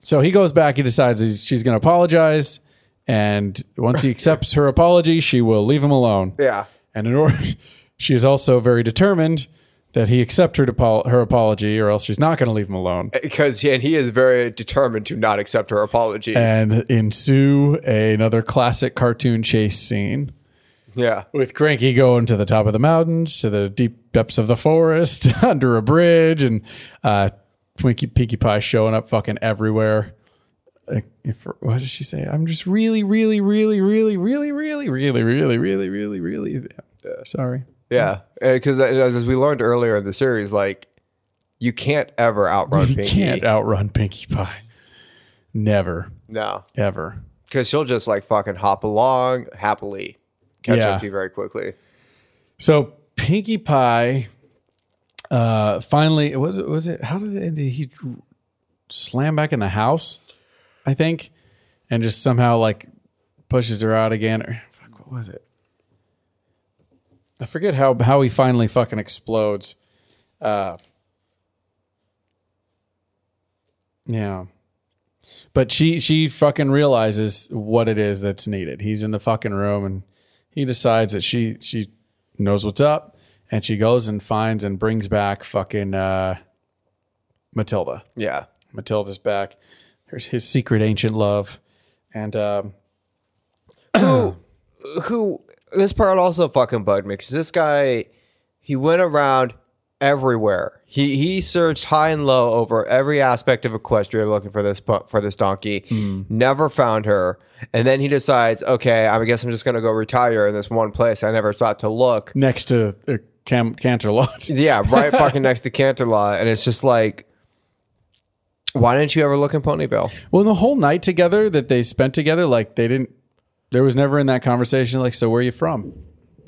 Speaker 3: so he goes back. He decides he's, she's going to apologize, and once he accepts her apology, she will leave him alone.
Speaker 2: Yeah.
Speaker 3: And in order, she is also very determined that he accept her depo- her apology, or else she's not going to leave him alone.
Speaker 2: Because and he is very determined to not accept her apology.
Speaker 3: And ensue another classic cartoon chase scene
Speaker 2: yeah.
Speaker 3: with Cranky going to the top of the mountains, to the deep depths of the forest, under a bridge, and uh, Twinkie Pinkie Pie showing up fucking everywhere. Like, if- what does she say? I'm just really, really, really, really, really, really, really, really, really, really, really. Sorry.
Speaker 2: Yeah. Uh, Because as we learned earlier in the series, like you can't ever outrun
Speaker 3: You
Speaker 2: Pinky.
Speaker 3: can't outrun Pinkie Pie. Never,
Speaker 2: No.
Speaker 3: ever.
Speaker 2: Because she'll just like fucking hop along happily, catch
Speaker 3: Yeah.
Speaker 2: up to you very quickly.
Speaker 3: So Pinkie Pie, uh, finally, was it, was it? How did, it, did he slam back in the house? I think, and just somehow like pushes her out again. Or fuck, what was it? I forget how how he finally fucking explodes. Uh, yeah. But she she fucking realizes what it is that's needed. He's in the fucking room and he decides that she she knows what's up and she goes and finds and brings back fucking uh, Matilda.
Speaker 2: Yeah.
Speaker 3: Matilda's back. There's his secret ancient love. And um,
Speaker 2: who this part also fucking bugged me because this guy he went around everywhere. He he searched high and low over every aspect of Equestria looking for this pu- for this donkey. Never found her, and then he decides, okay, I guess I'm just gonna go retire in this one place I never thought to look.
Speaker 3: next to uh, Cam- Canterlot.
Speaker 2: Yeah, right, fucking next to Canterlot, and it's just like, why didn't you ever look in Ponyville?
Speaker 3: well, the whole night together that they spent together, like they didn't, there was never in that conversation, like, so where are you from?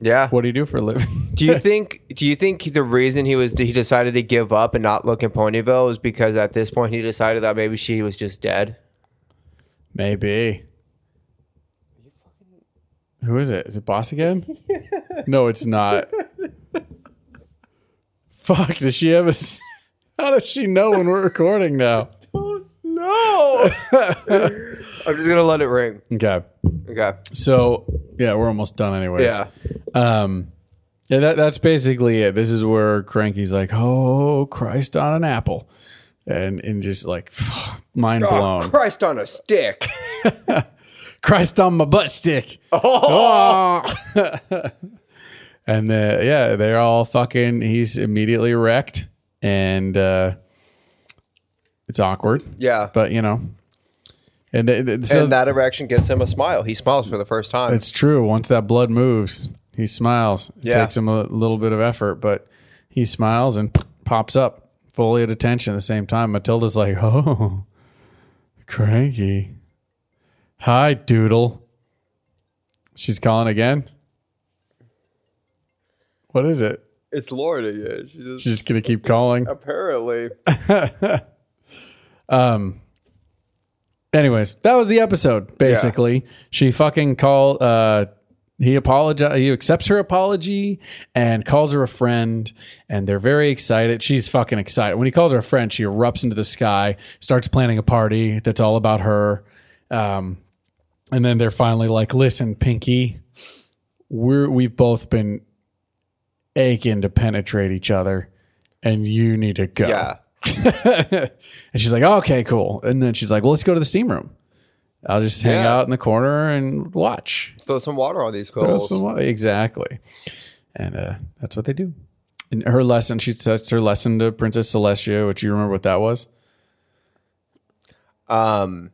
Speaker 2: Yeah,
Speaker 3: What do you do for a living?
Speaker 2: Do you think? Do you think the reason he was he decided to give up and not look in Ponyville was because at this point he decided that maybe she was just dead?
Speaker 3: Maybe. Who is it? Is it Boss again? no, it's not. Fuck, does she have a. s- How does she know when we're recording now?
Speaker 2: No, I'm just gonna let it ring.
Speaker 3: Okay.
Speaker 2: Okay,
Speaker 3: So, yeah, we're almost done, anyways.
Speaker 2: yeah,
Speaker 3: Um, yeah, that, that's basically it. This is where Cranky's like, oh, Christ on an apple. And, and just like mind blown.
Speaker 2: Oh, Christ on a stick.
Speaker 3: Christ on my butt stick. Oh. and uh, yeah, they're all fucking. He's immediately wrecked, and uh, it's awkward.
Speaker 2: Yeah,
Speaker 3: But you know, and th- th- so
Speaker 2: and that erection gives him a smile. He smiles for the first time.
Speaker 3: it's true. Once that blood moves, he smiles. It
Speaker 2: Yeah.
Speaker 3: takes him a little bit of effort, but he smiles and pops up fully at attention at the same time. Matilda's like, oh, cranky. Hi, Doodle. She's calling again. What is it?
Speaker 2: It's Lord, yeah. She just
Speaker 3: She's going to keep calling.
Speaker 2: apparently.
Speaker 3: Anyways, that was the episode. Basically, she fucking call. Uh, he apologize. He accepts her apology and calls her a friend, and they're very excited. She's fucking excited. When he calls her a friend, she erupts into the sky, starts planning a party that's all about her. Um, and then they're finally like, "Listen, Pinky, we're we've both been aching to penetrate each other, and you need to go."
Speaker 2: Yeah,
Speaker 3: and she's like, "Oh, okay, cool. And then she's like, well, let's go to the steam room. I'll just hang
Speaker 2: Yeah.
Speaker 3: out in the corner and watch.
Speaker 2: throw some water on these
Speaker 3: Throw
Speaker 2: coals.
Speaker 3: some wa- Exactly. And uh, that's what they do. And her lesson, she sets her lesson to Princess Celestia, which you remember what that was?
Speaker 2: Um,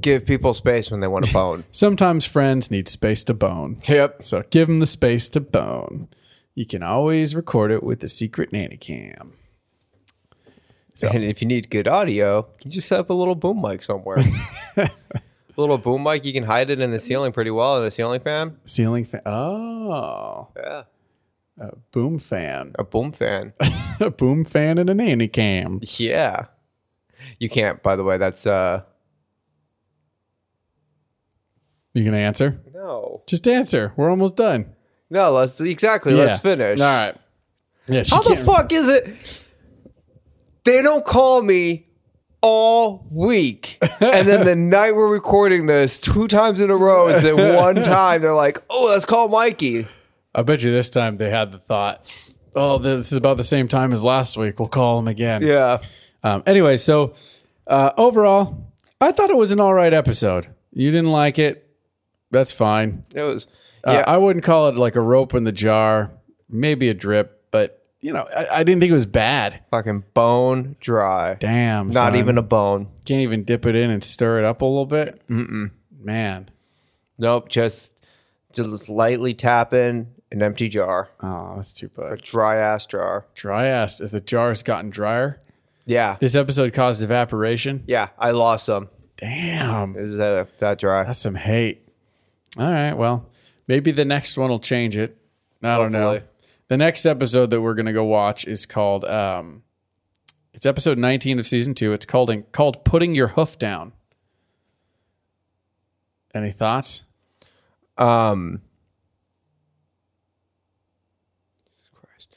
Speaker 2: give people space when they want to bone.
Speaker 3: Sometimes friends need space to bone.
Speaker 2: yep.
Speaker 3: So give them the space to bone. You can always record it with the secret nanny cam.
Speaker 2: And if you need good audio, you just set up a little boom mic somewhere. a little boom mic, you can hide it in the ceiling pretty well in a ceiling fan.
Speaker 3: Ceiling fan. Oh,
Speaker 2: Yeah.
Speaker 3: boom fan.
Speaker 2: A boom fan.
Speaker 3: A boom fan and a nanny cam.
Speaker 2: yeah. You can't, by the way, that's uh
Speaker 3: You gonna answer?
Speaker 2: No.
Speaker 3: Just answer. We're almost done.
Speaker 2: No, let's exactly. Let's
Speaker 3: Yeah.
Speaker 2: finish.
Speaker 3: All right. Yeah. she
Speaker 2: How the
Speaker 3: can't-
Speaker 2: fuck is it? They don't call me all week, and then the night we're recording this, two times in a row is that one time they're like, "Oh, let's call Mikey."
Speaker 3: I bet you this time they had the thought. Oh, this is about the same time as last week. We'll call him again.
Speaker 2: Yeah,
Speaker 3: Um, anyway, so uh, overall, I thought it was an all right episode. You didn't like it. That's fine.
Speaker 2: it was.
Speaker 3: Uh,
Speaker 2: Yeah,
Speaker 3: I wouldn't call it like a rope in the jar, maybe a drip, but you know, I, I didn't think it was bad.
Speaker 2: fucking bone dry.
Speaker 3: Damn.
Speaker 2: Not
Speaker 3: son.
Speaker 2: even a bone.
Speaker 3: Can't even dip it in and stir it up a little bit. Mm-mm. Man.
Speaker 2: Nope, just just lightly tapping an empty jar,
Speaker 3: Oh, that's too bad.
Speaker 2: dry ass jar.
Speaker 3: Dry ass. If the jar has gotten drier,
Speaker 2: Yeah,
Speaker 3: this episode caused evaporation.
Speaker 2: yeah, I lost some.
Speaker 3: Damn.
Speaker 2: Is that that dry?
Speaker 3: That's some hate. All right. Well, maybe the next one will change it. I don't know.
Speaker 2: Hopefully.
Speaker 3: The next episode that we're going to go watch is called, um, it's episode 19 of season two. It's called, called Putting Your Hoof Down. Any thoughts?
Speaker 2: Um, Christ.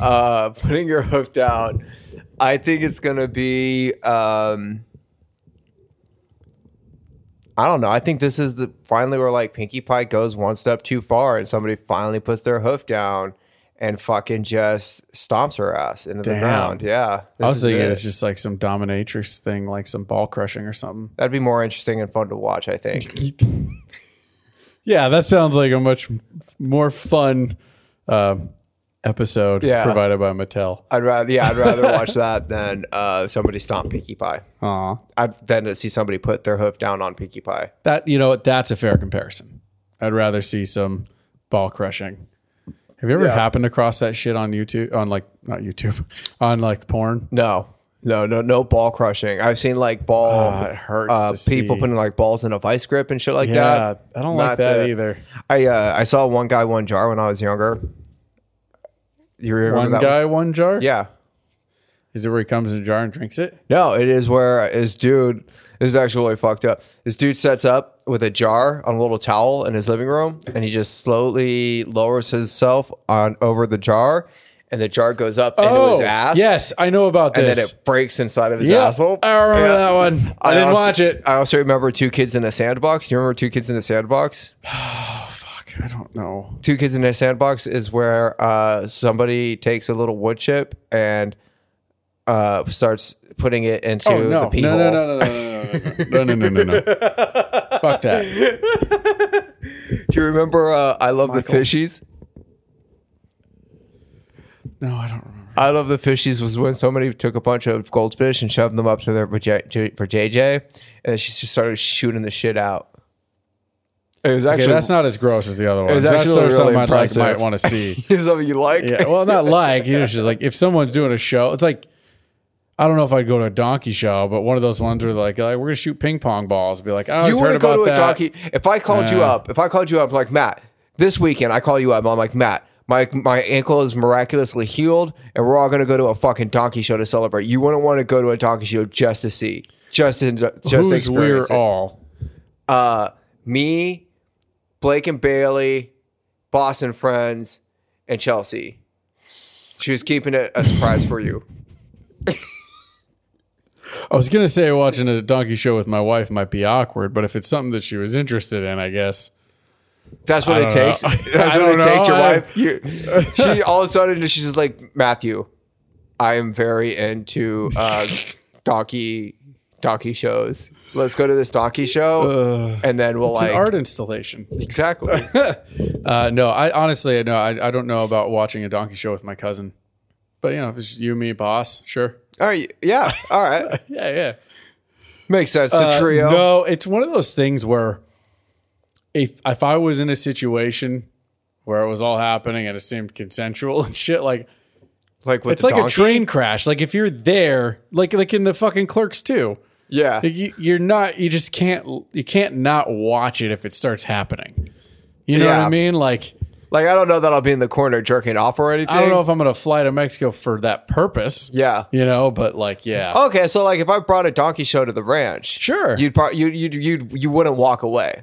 Speaker 2: Uh, putting your hoof down. I think it's gonna be. Um, I don't know. I think this is the finally where like Pinkie Pie goes one step too far, and somebody finally puts their hoof down and fucking just stomps her ass into the
Speaker 3: Damn.
Speaker 2: ground. Yeah,
Speaker 3: I was
Speaker 2: This is
Speaker 3: thinking
Speaker 2: it.
Speaker 3: it's just like some dominatrix thing, like some ball crushing or something.
Speaker 2: that'd be more interesting and fun to watch. I think.
Speaker 3: yeah, that sounds like a much more fun um episode
Speaker 2: Yeah.
Speaker 3: provided by Mattel.
Speaker 2: I'd rather yeah, I'd rather watch that than uh, somebody stomp Pinkie Pie.
Speaker 3: Aw.
Speaker 2: I'd then to see somebody put their hoof down on Pinkie Pie.
Speaker 3: That you know, what, that's a fair comparison. I'd rather see some ball crushing. Have you ever
Speaker 2: Yeah.
Speaker 3: happened across that shit on YouTube? On like not YouTube, on like porn.
Speaker 2: No, no, no, no ball crushing. I've seen like ball
Speaker 3: Ah, it hurts
Speaker 2: uh,
Speaker 3: to see.
Speaker 2: people putting like balls in a vice grip and shit like
Speaker 3: Yeah,
Speaker 2: that.
Speaker 3: I don't
Speaker 2: Not
Speaker 3: like that
Speaker 2: the-
Speaker 3: either.
Speaker 2: I uh, I saw one guy one jar when I was younger. You remember
Speaker 3: One
Speaker 2: that?
Speaker 3: guy, one jar.
Speaker 2: Yeah.
Speaker 3: is it where he comes in a jar and drinks it?
Speaker 2: No, it is where this dude this is actually fucked up. This dude sets up with a jar on a little towel in his living room, and he just slowly lowers himself on over the jar, and the jar goes up into his ass.
Speaker 3: Oh, yes, I know about
Speaker 2: and
Speaker 3: this.
Speaker 2: then it breaks inside of his
Speaker 3: Yeah,
Speaker 2: asshole.
Speaker 3: I remember
Speaker 2: Yeah.
Speaker 3: that one. I, didn't
Speaker 2: also-
Speaker 3: watch it.
Speaker 2: I also remember two kids in a sandbox. You remember two kids in a sandbox?
Speaker 3: Fuck, I don't know.
Speaker 2: Two kids in a sandbox is where uh, somebody takes a little wood chip and uh, starts putting it into
Speaker 3: Oh no.
Speaker 2: the pee
Speaker 3: no,
Speaker 2: hole.
Speaker 3: no, no, no, no, no, no, no, no, no, no, no. Fuck that.
Speaker 2: Do you remember? Uh, I love the fishies.
Speaker 3: No, I don't remember.
Speaker 2: I love the fishies was when somebody took a bunch of goldfish and shoved them up to their for J- for JJ, and she just started shooting the shit out. It was
Speaker 3: Okay,
Speaker 2: actually
Speaker 3: that's not as gross as the other
Speaker 2: was
Speaker 3: ones. That's
Speaker 2: actually
Speaker 3: sort of
Speaker 2: really
Speaker 3: something I'd like,
Speaker 2: impressive.
Speaker 3: might want to see.
Speaker 2: something you like.
Speaker 3: Yeah, well, not like you know, it's just like if someone's doing a show, it's like I don't know if I'd go to a donkey show, but one of those ones where like, like we're gonna shoot ping pong balls, be like, I always
Speaker 2: you
Speaker 3: heard
Speaker 2: wouldn't
Speaker 3: about
Speaker 2: go to
Speaker 3: that.
Speaker 2: a donkey. If I called you
Speaker 3: Yeah.
Speaker 2: up, if I called you up, like Matt, this weekend I call you up. I'm like Matt, my my ankle is miraculously healed, and we're all gonna go to a fucking donkey show to celebrate. You wouldn't want to go to a donkey show just to see, just to just to
Speaker 3: Who's we're
Speaker 2: experience it.
Speaker 3: all?
Speaker 2: Uh, me, Blake and Bailey, Boston friends, and Chelsea. She was keeping it a surprise for you.
Speaker 3: I was gonna say watching a donkey show with my wife might be awkward, but if it's something that she was interested in, I guess.
Speaker 2: That's what
Speaker 3: I
Speaker 2: it
Speaker 3: don't know.
Speaker 2: takes.
Speaker 3: I
Speaker 2: That's what it
Speaker 3: don't
Speaker 2: takes. Your
Speaker 3: know. I-
Speaker 2: wife. You, she all of a sudden she's just like Matthew. I am very into uh, donkey donkey shows. Let's go to this donkey show, and then we'll
Speaker 3: Uh, It's
Speaker 2: like
Speaker 3: an art installation.
Speaker 2: exactly.
Speaker 3: Uh, no, I honestly, no, I, I don't know about watching a donkey show with my cousin, but you know, if it's you, me, boss, sure,
Speaker 2: all right, yeah, all right,
Speaker 3: yeah, yeah.
Speaker 2: makes sense. The
Speaker 3: Uh,
Speaker 2: trio.
Speaker 3: No, it's one of those things where if if I was in a situation where it was all happening and it seemed consensual and shit, like
Speaker 2: like with
Speaker 3: it's
Speaker 2: the
Speaker 3: like a
Speaker 2: donkey.
Speaker 3: train crash. Like if you're there, like like in the fucking Clerks too,
Speaker 2: Yeah,
Speaker 3: like you, you're not. You just can't. You can't not watch it if it starts happening. You know what
Speaker 2: Yeah.
Speaker 3: I mean? Like
Speaker 2: like I don't know that I'll be in the corner jerking off or anything.
Speaker 3: I don't know if I'm gonna fly to Mexico for that purpose.
Speaker 2: Yeah.
Speaker 3: you know, but like yeah.
Speaker 2: Okay, so like if I brought a donkey show to the ranch,
Speaker 3: Sure.
Speaker 2: you'd pro- you you you you wouldn't walk away.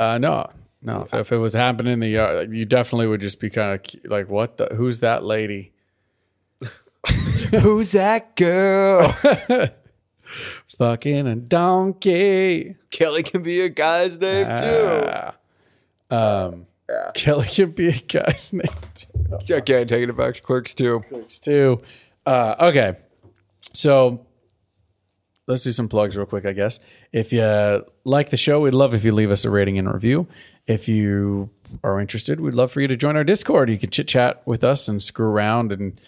Speaker 3: Uh, no, no. If, if it was happening in the yard, you definitely would just be kind of like, "What the? Who's that lady?"
Speaker 2: Who's that girl?
Speaker 3: Fucking a donkey.
Speaker 2: Kelly can be a guy's name too.
Speaker 3: Ah. um, Kelly can be a guy's name too.
Speaker 2: Okay, taking it back to Clerks too.
Speaker 3: It's too. Uh, okay, so let's do some plugs real quick, I guess. If you like the show, we'd love if you leave us a rating and review. If you are interested, we'd love for you to join our Discord. You can chit chat with us and screw around, and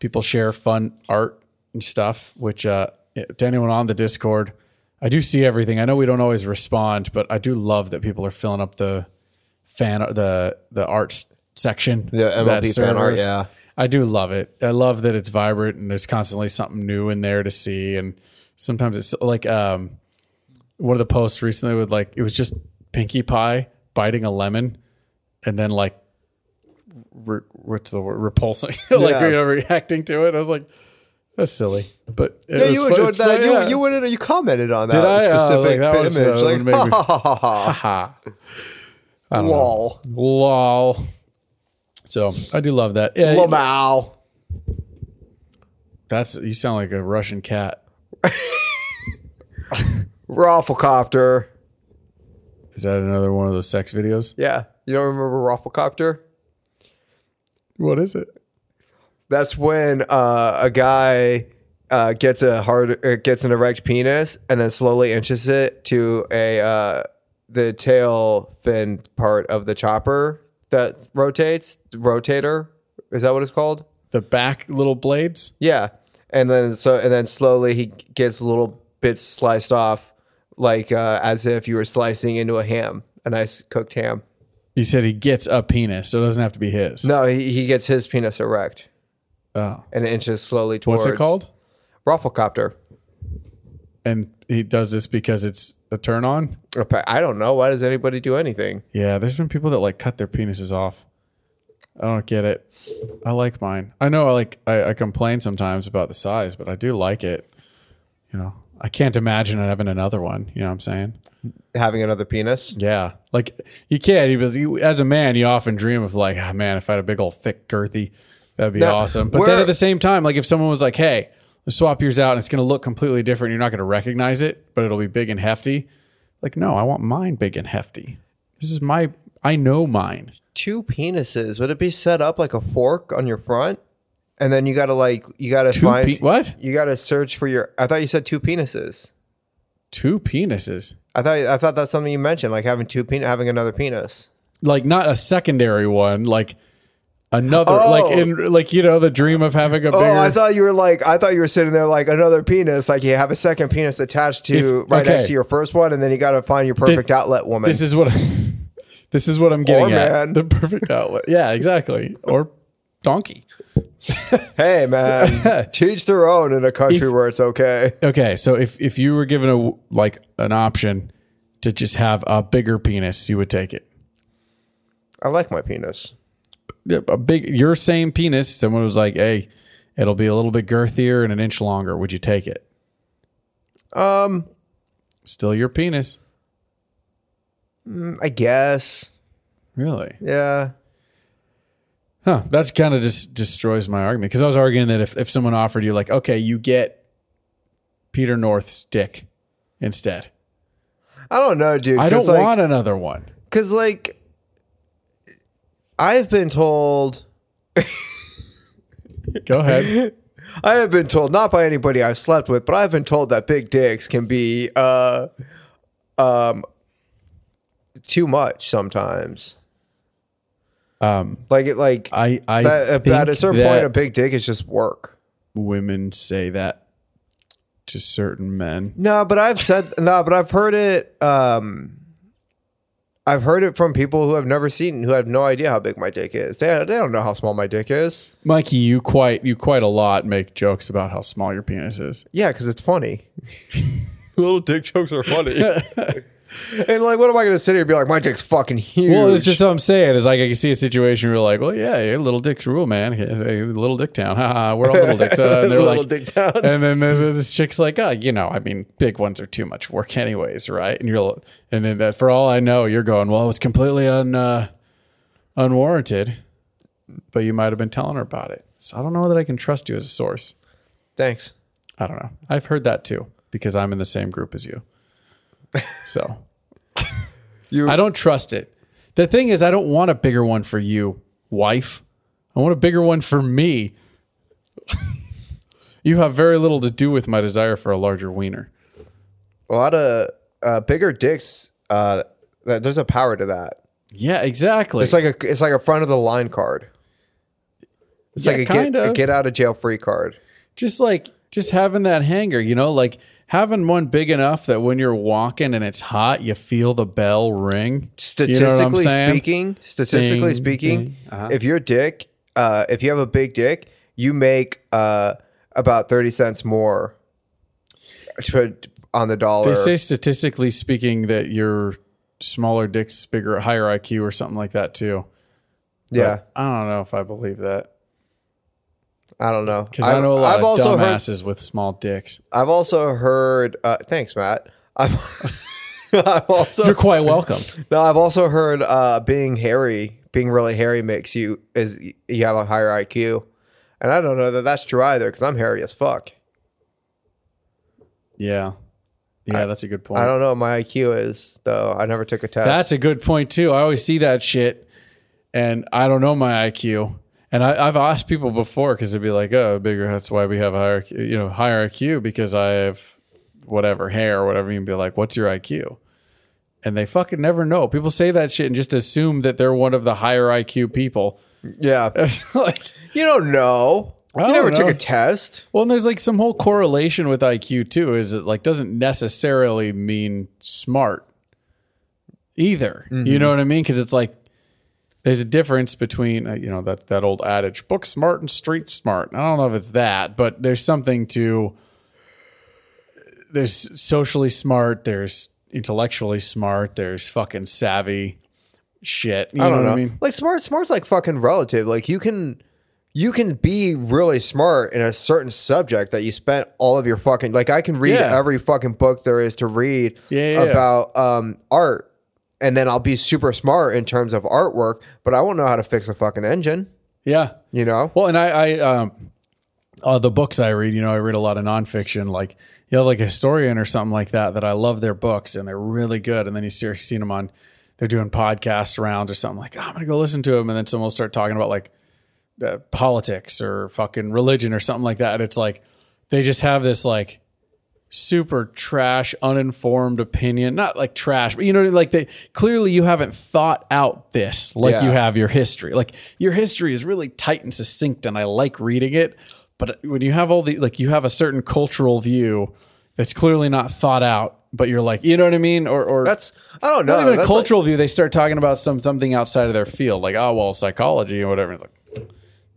Speaker 3: people share fun art and stuff. Which uh, to anyone on the Discord, I do see everything. I know we don't always respond, but I do love that people are filling up the fan the the arts section.
Speaker 2: The
Speaker 3: of
Speaker 2: MLB fan art,
Speaker 3: servers.
Speaker 2: yeah.
Speaker 3: I do love it. I love that it's vibrant and there's constantly something new in there to see. And sometimes it's like um, one of the posts recently with like it was just Pinkie Pie biting a lemon and then like re- what's the word repulsing like
Speaker 2: Yeah.
Speaker 3: you know, reacting to it. I was like, that's silly, but it
Speaker 2: Yeah,
Speaker 3: was
Speaker 2: you
Speaker 3: fun-
Speaker 2: enjoyed
Speaker 3: it's fun,
Speaker 2: that. You
Speaker 3: yeah.
Speaker 2: you went in and you commented on
Speaker 3: Did
Speaker 2: that
Speaker 3: I? Oh,
Speaker 2: specific
Speaker 3: like, that was, uh,
Speaker 2: image. like,
Speaker 3: made me-
Speaker 2: ha ha ha ha.
Speaker 3: ha.
Speaker 2: Lol.
Speaker 3: Lol. So I do love that. Yeah,
Speaker 2: Lmao.
Speaker 3: that's you sound like a Russian cat.
Speaker 2: Rafflecopter.
Speaker 3: Is that another one of those sex videos?
Speaker 2: Yeah. You don't remember Rafflecopter?
Speaker 3: What is it?
Speaker 2: That's when uh, a guy uh, gets a hard uh, gets an erect penis and then slowly inches it to a uh, the tail fin part of the chopper that rotates. Rotator is that what it's called?
Speaker 3: The back little blades.
Speaker 2: Yeah, and then so and then slowly he gets little bits sliced off, like uh, as if you were slicing into a ham, a nice cooked ham.
Speaker 3: You said he gets a penis, so it doesn't have to be his.
Speaker 2: No, he, he gets his penis erect
Speaker 3: Oh.
Speaker 2: and inches slowly towards.
Speaker 3: What's it called?
Speaker 2: Rufflecopter.
Speaker 3: And he does this because it's a turn on.
Speaker 2: I don't know. Why does anybody do anything?
Speaker 3: Yeah, there's been people that like cut their penises off. I don't get it. I like mine. I know I like I, I complain sometimes about the size, but I do like it. You know, I can't imagine having another one. You know what I'm saying?
Speaker 2: Having another penis.
Speaker 3: Yeah, like you can't. You, you as a man, you often dream of like, oh, man, if I had a big old thick girthy, that'd be
Speaker 2: Now,
Speaker 3: awesome. But then
Speaker 2: where-
Speaker 3: at the same time, like if someone was like, hey, let's swap yours out and it's gonna look completely different, you're not gonna recognize it, but it'll be big and hefty. Like, no, I want mine big and hefty. This is my. I know mine.
Speaker 2: Two penises. Would it be set up like a fork on your front? And then you gotta like you gotta find
Speaker 3: pe- what?
Speaker 2: You gotta search for your. I thought you said two penises.
Speaker 3: Two penises.
Speaker 2: I thought I thought that's something you mentioned, like having two penis, having another penis.
Speaker 3: Like not a secondary one, like another
Speaker 2: Oh.
Speaker 3: like in like you know, the dream of having a bigger
Speaker 2: Oh, I thought you were like I thought you were sitting there like another penis, like you have a second penis attached to
Speaker 3: If-
Speaker 2: right
Speaker 3: okay.
Speaker 2: next to your first one, and then you gotta find your perfect outlet woman.
Speaker 3: This is what I, this is what I'm getting
Speaker 2: Or
Speaker 3: at.
Speaker 2: man.
Speaker 3: The perfect outlet. Yeah, exactly. Or donkey.
Speaker 2: hey man, teach their own in a country where it's okay.
Speaker 3: Okay, so if if you were given a like an option to just have a bigger penis, you would take it.
Speaker 2: I like my penis.
Speaker 3: A big your same penis. Someone was like, "Hey, it'll be a little bit girthier and an inch longer." Would you take it?
Speaker 2: Um,
Speaker 3: Still your penis.
Speaker 2: I guess.
Speaker 3: Really?
Speaker 2: Yeah.
Speaker 3: Huh. That's kind of just destroys my argument because I was arguing that if, if someone offered you like, okay, you get Peter North's dick instead.
Speaker 2: I don't know, dude.
Speaker 3: I don't
Speaker 2: Cause, like,
Speaker 3: want another one.
Speaker 2: because like I've been told,
Speaker 3: Go ahead.
Speaker 2: I have been told not by anybody I've slept with, but I've been told that big dicks can be uh um too much sometimes.
Speaker 3: Um,
Speaker 2: Like it, like
Speaker 3: I I
Speaker 2: that, at,
Speaker 3: think
Speaker 2: at a certain point,
Speaker 3: that
Speaker 2: a big dick is just work.
Speaker 3: women say that to certain men.
Speaker 2: No, but I've said no, but I've heard it. Um, I've heard it from people who have never seen, who have no idea how big my dick is. They they don't know how small my dick is.
Speaker 3: Mikey, you quite you quite a lot make jokes about how small your penis is.
Speaker 2: Yeah, because it's funny. Little dick jokes are funny. And like, what am I going to sit here and be like? My dick's fucking huge.
Speaker 3: Well, it's just what I'm saying. Is like I can see a situation where you're like, well, yeah, yeah, little dicks rule, man. Hey, Little dick town. Ha, ha, We're all little dicks. Uh, and they're
Speaker 2: Little
Speaker 3: like,
Speaker 2: dick town.
Speaker 3: And then the- the- this chick's like, oh, you know, I mean, big ones are too much work, anyways, right? And you're, and then that, for all I know, you're going, well, it's completely un, uh, unwarranted, but you might have been telling her about it. So I don't know that I can trust you as a source.
Speaker 2: thanks.
Speaker 3: I don't know. I've heard that too because I'm in the same group as you. So
Speaker 2: You-
Speaker 3: I don't trust it. The thing is, I don't want a bigger one for you, wife. I want a bigger one for me. you have very little to do with my desire for a larger wiener.
Speaker 2: A lot of uh, bigger dicks. Uh, that, there's a power to that.
Speaker 3: Yeah, exactly.
Speaker 2: It's like a it's like a front of the line card. It's
Speaker 3: Yeah,
Speaker 2: like a get,
Speaker 3: kinda.
Speaker 2: a get out of jail free card.
Speaker 3: just like just having that hanger, you know, like having one big enough that when you're walking and it's hot, you feel the bell ring. You know what I'm
Speaker 2: Statistically
Speaker 3: saying?
Speaker 2: speaking, statistically
Speaker 3: Ding,
Speaker 2: speaking,
Speaker 3: ding. Uh-huh.
Speaker 2: if your dick, uh, if you have a big dick, you make uh, about thirty cents more uh, to- on the dollar.
Speaker 3: They say statistically speaking that your smaller dicks bigger higher IQ or something like that too. But
Speaker 2: yeah,
Speaker 3: I don't know if I believe that
Speaker 2: I don't know.
Speaker 3: because I, know a lot of
Speaker 2: heard.
Speaker 3: dumbasses with small dicks.
Speaker 2: I've also heard. Uh, thanks, Matt. I've, I've also
Speaker 3: You're quite welcome.
Speaker 2: No, I've also heard uh, being hairy, being really hairy makes you is you have a higher IQ, and I don't know that that's true either because I'm hairy as fuck.
Speaker 3: yeah, yeah, that's a good point.
Speaker 2: I don't know what my IQ is though. I never took a test.
Speaker 3: That's a good point too. I always see that shit, and I don't know my IQ. And I, I've asked people before because they'd be like, "Oh, bigger. That's why we have a higher, IQ, you know, higher IQ because I have whatever hair or whatever." You'd be like, "What's your IQ?" And they fucking never know. People say that shit and just assume that they're one of the higher IQ people.
Speaker 2: yeah.
Speaker 3: It's like,
Speaker 2: You don't know.
Speaker 3: I
Speaker 2: you never
Speaker 3: don't
Speaker 2: took
Speaker 3: know.
Speaker 2: a test.
Speaker 3: well, and there's like some whole correlation with IQ too. Is it like doesn't necessarily mean smart either?
Speaker 2: Mm-hmm.
Speaker 3: You know what I mean? Because it's like there's a difference between uh, you know that that old adage, book smart and street smart. I don't know if it's that, but there's something to there's socially smart, there's intellectually smart, there's fucking savvy shit. You
Speaker 2: I don't
Speaker 3: know,
Speaker 2: know.
Speaker 3: what I mean?
Speaker 2: Like smart, smart's like fucking relative. Like you can. You can be really smart in a certain subject that you spent all of your fucking like I can read
Speaker 3: Yeah.
Speaker 2: every fucking book there is to read
Speaker 3: Yeah, yeah, yeah.
Speaker 2: about um art and then I'll be super smart in terms of artwork, but I won't know how to fix a fucking engine,
Speaker 3: Yeah.
Speaker 2: you know?
Speaker 3: Well, and I, I um, uh, the books I read, you know, I read a lot of nonfiction, like you know, like a historian or something like that. That I love their books and they're really good. And then you see seen them on, they're doing podcast rounds or something like, oh, I'm gonna go listen to them, and then someone will start talking about like uh, politics or fucking religion or something like that. And it's like they just have this like super trash, uninformed opinion. Not like trash, but you know, like they clearly you haven't thought out this like
Speaker 2: Yeah.
Speaker 3: you have your history. Like your history is really tight and succinct, and I like reading it. But when you have all the like, you have a certain cultural view that's clearly not thought out. But you're like, you know what I mean, or or
Speaker 2: That's I don't know.
Speaker 3: not even a
Speaker 2: That's
Speaker 3: cultural view. They start talking about some something outside of their field, like oh well, psychology or whatever. It's like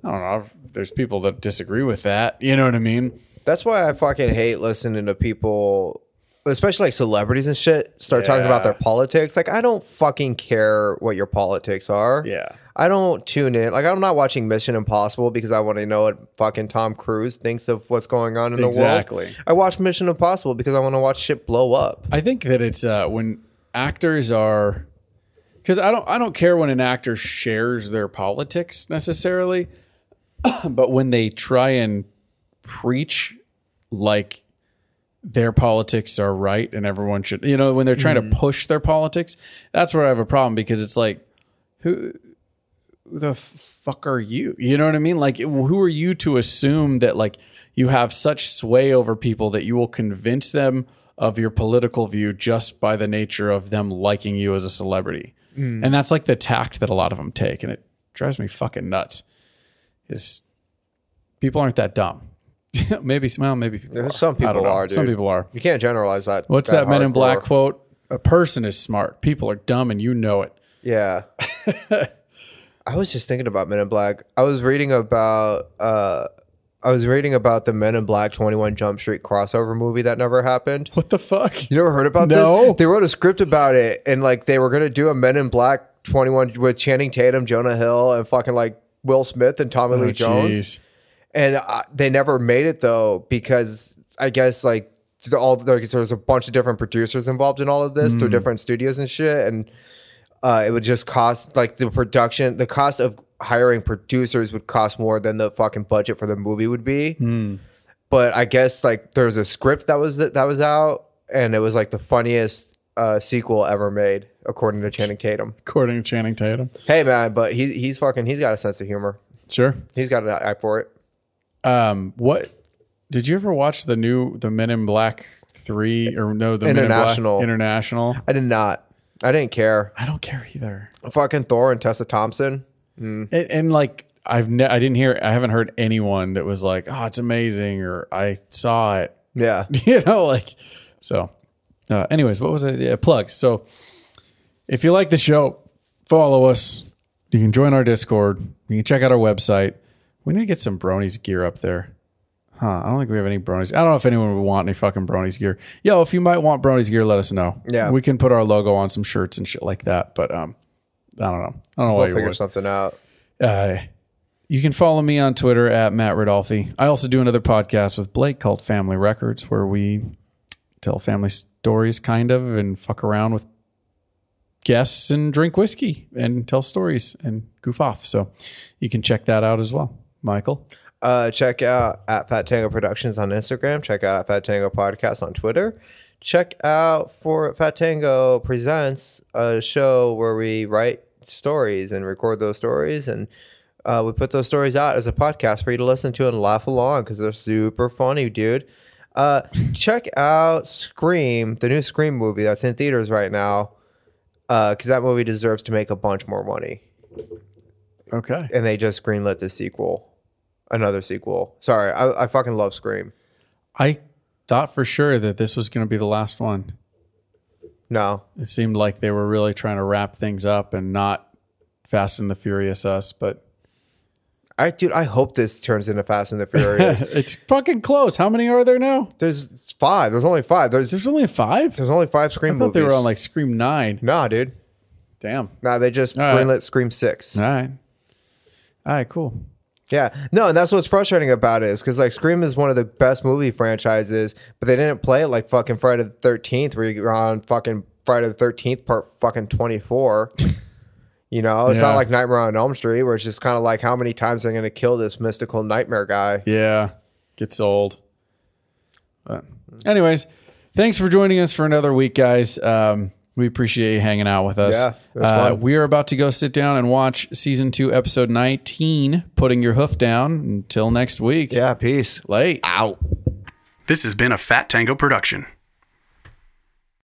Speaker 3: I don't know. There's people that disagree with that. You know what I mean?
Speaker 2: like- that's why I fucking hate listening to people especially like celebrities and shit start talking
Speaker 3: Yeah.
Speaker 2: about their politics. Like I don't fucking care what your politics are.
Speaker 3: Yeah.
Speaker 2: I don't tune in. Like I'm not watching Mission Impossible because I want to know what fucking Tom Cruise thinks of what's going on in the world.
Speaker 3: Exactly.
Speaker 2: I watch Mission Impossible because I want to watch shit blow up.
Speaker 3: I think that it's uh, when actors are because I don't I don't care when an actor shares their politics necessarily, but when they try and preach like their politics are right and everyone should you know when they're trying
Speaker 2: Mm-hmm.
Speaker 3: to push their politics that's where I have a problem because it's like who the f- fuck are you you know what I mean like who are you to assume that like you have such sway over people that you will convince them of your political view just by the nature of them liking you as a celebrity
Speaker 2: Mm.
Speaker 3: and that's like the tact that a lot of them take and it drives me fucking nuts is people aren't that dumb maybe well maybe people
Speaker 2: There's some
Speaker 3: I don't
Speaker 2: people
Speaker 3: know.
Speaker 2: are, dude.
Speaker 3: some people are
Speaker 2: You can't generalize that.
Speaker 3: What's that, Men in
Speaker 2: hardcore.
Speaker 3: Black quote? A person is smart. People are dumb, and you know it.
Speaker 2: Yeah. I was just thinking about Men in Black. I was reading about uh I was reading about the Men in Black 21 Jump Street crossover movie that never happened.
Speaker 3: What the fuck?
Speaker 2: You never heard about
Speaker 3: No.
Speaker 2: this? They wrote a script about it and like they were gonna do a Men in Black 21 with Channing Tatum, Jonah Hill, and fucking like Will Smith and Tommy Lee Jones.
Speaker 3: Oh, jeez.
Speaker 2: And uh, they never made it though because I guess like the- all like, there's a bunch of different producers involved in all of this through different studios and shit, and uh, it would just cost like the production, the cost of hiring producers would cost more than the fucking budget for the movie would be. But I guess like there's a script that was that was out, and it was like the funniest uh, sequel ever made according to Channing Tatum.
Speaker 3: According to Channing Tatum.
Speaker 2: Hey man, but he's he's fucking he's got a sense of humor.
Speaker 3: Sure.
Speaker 2: He's got an eye for it.
Speaker 3: Um, what did you ever watch the new the Men in Black three or no the Men in Black
Speaker 2: International.
Speaker 3: international?
Speaker 2: I did not. I didn't care.
Speaker 3: I don't care either.
Speaker 2: fucking Thor and Tessa Thompson.
Speaker 3: And, and like I've ne- I didn't hear I haven't heard anyone that was like oh it's amazing or I saw it
Speaker 2: Yeah.
Speaker 3: you know like so. Uh, anyways, what was it? Yeah, plugs. So if you like the show, follow us. You can join our Discord. You can check out our website. We need to get some bronies gear up there. Huh, I don't think we have any bronies. I don't know if anyone would want any fucking bronies gear. Yo, if you might want bronies gear, let us know.
Speaker 2: Yeah.
Speaker 3: We can put our logo on some shirts and shit like that. But um I don't know. I don't know why you
Speaker 2: Figure
Speaker 3: would.
Speaker 2: something out.
Speaker 3: Uh, you can follow me on Twitter at Matt Rodolfi. I also do another podcast with Blake called Family Records, where we tell family stories, kind of, and fuck around with guests and drink whiskey and tell stories and goof off. So you can check that out as well, Michael.
Speaker 2: Uh, check out at Fat Tango Productions on Instagram. Check out at Fat Tango Podcast on Twitter. Check out for Fat Tango Presents, a show where we write stories and record those stories. And uh, we put those stories out as a podcast for you to listen to and laugh along because they're super funny, dude. Uh, check out Scream, the new Scream movie that's in theaters right now, because that movie deserves to make a bunch more money.
Speaker 3: Okay.
Speaker 2: and they just greenlit the sequel, another sequel. Sorry, I, I fucking love Scream.
Speaker 3: I thought for sure that this was going to be the last one.
Speaker 2: No,
Speaker 3: It seemed like they were really trying to wrap things up and not Fast and the Furious us, but
Speaker 2: I dude, I hope this turns into Fast and the Furious.
Speaker 3: it's fucking close. How many are there now?
Speaker 2: there's five. There's only five. There's
Speaker 3: There's only five.
Speaker 2: there's only five
Speaker 3: I
Speaker 2: Scream
Speaker 3: thought
Speaker 2: movies.
Speaker 3: they were on like Scream Nine.
Speaker 2: nah, dude.
Speaker 3: Damn.
Speaker 2: Nah, they just
Speaker 3: All right.
Speaker 2: greenlit Scream Six.
Speaker 3: All right. All right. Cool.
Speaker 2: Yeah, no, and that's what's frustrating about it is because like Scream is one of the best movie franchises, but they didn't play it like fucking Friday the Thirteenth, where you're on fucking Friday the Thirteenth Part fucking twenty four. You know, it's
Speaker 3: Yeah.
Speaker 2: not like Nightmare on Elm Street, where it's just kind of like how many times they're going to kill this mystical nightmare guy.
Speaker 3: Yeah. Gets old. But anyways, thanks for joining us for another week, guys. Um, we appreciate you hanging out with us.
Speaker 2: Yeah, it was
Speaker 3: Uh,
Speaker 2: fun.
Speaker 3: we are about to go sit down and watch season two, episode 19, Putting Your Hoof Down. Until next week.
Speaker 2: Yeah, peace.
Speaker 3: Late.
Speaker 4: This has been a Fat Tango production.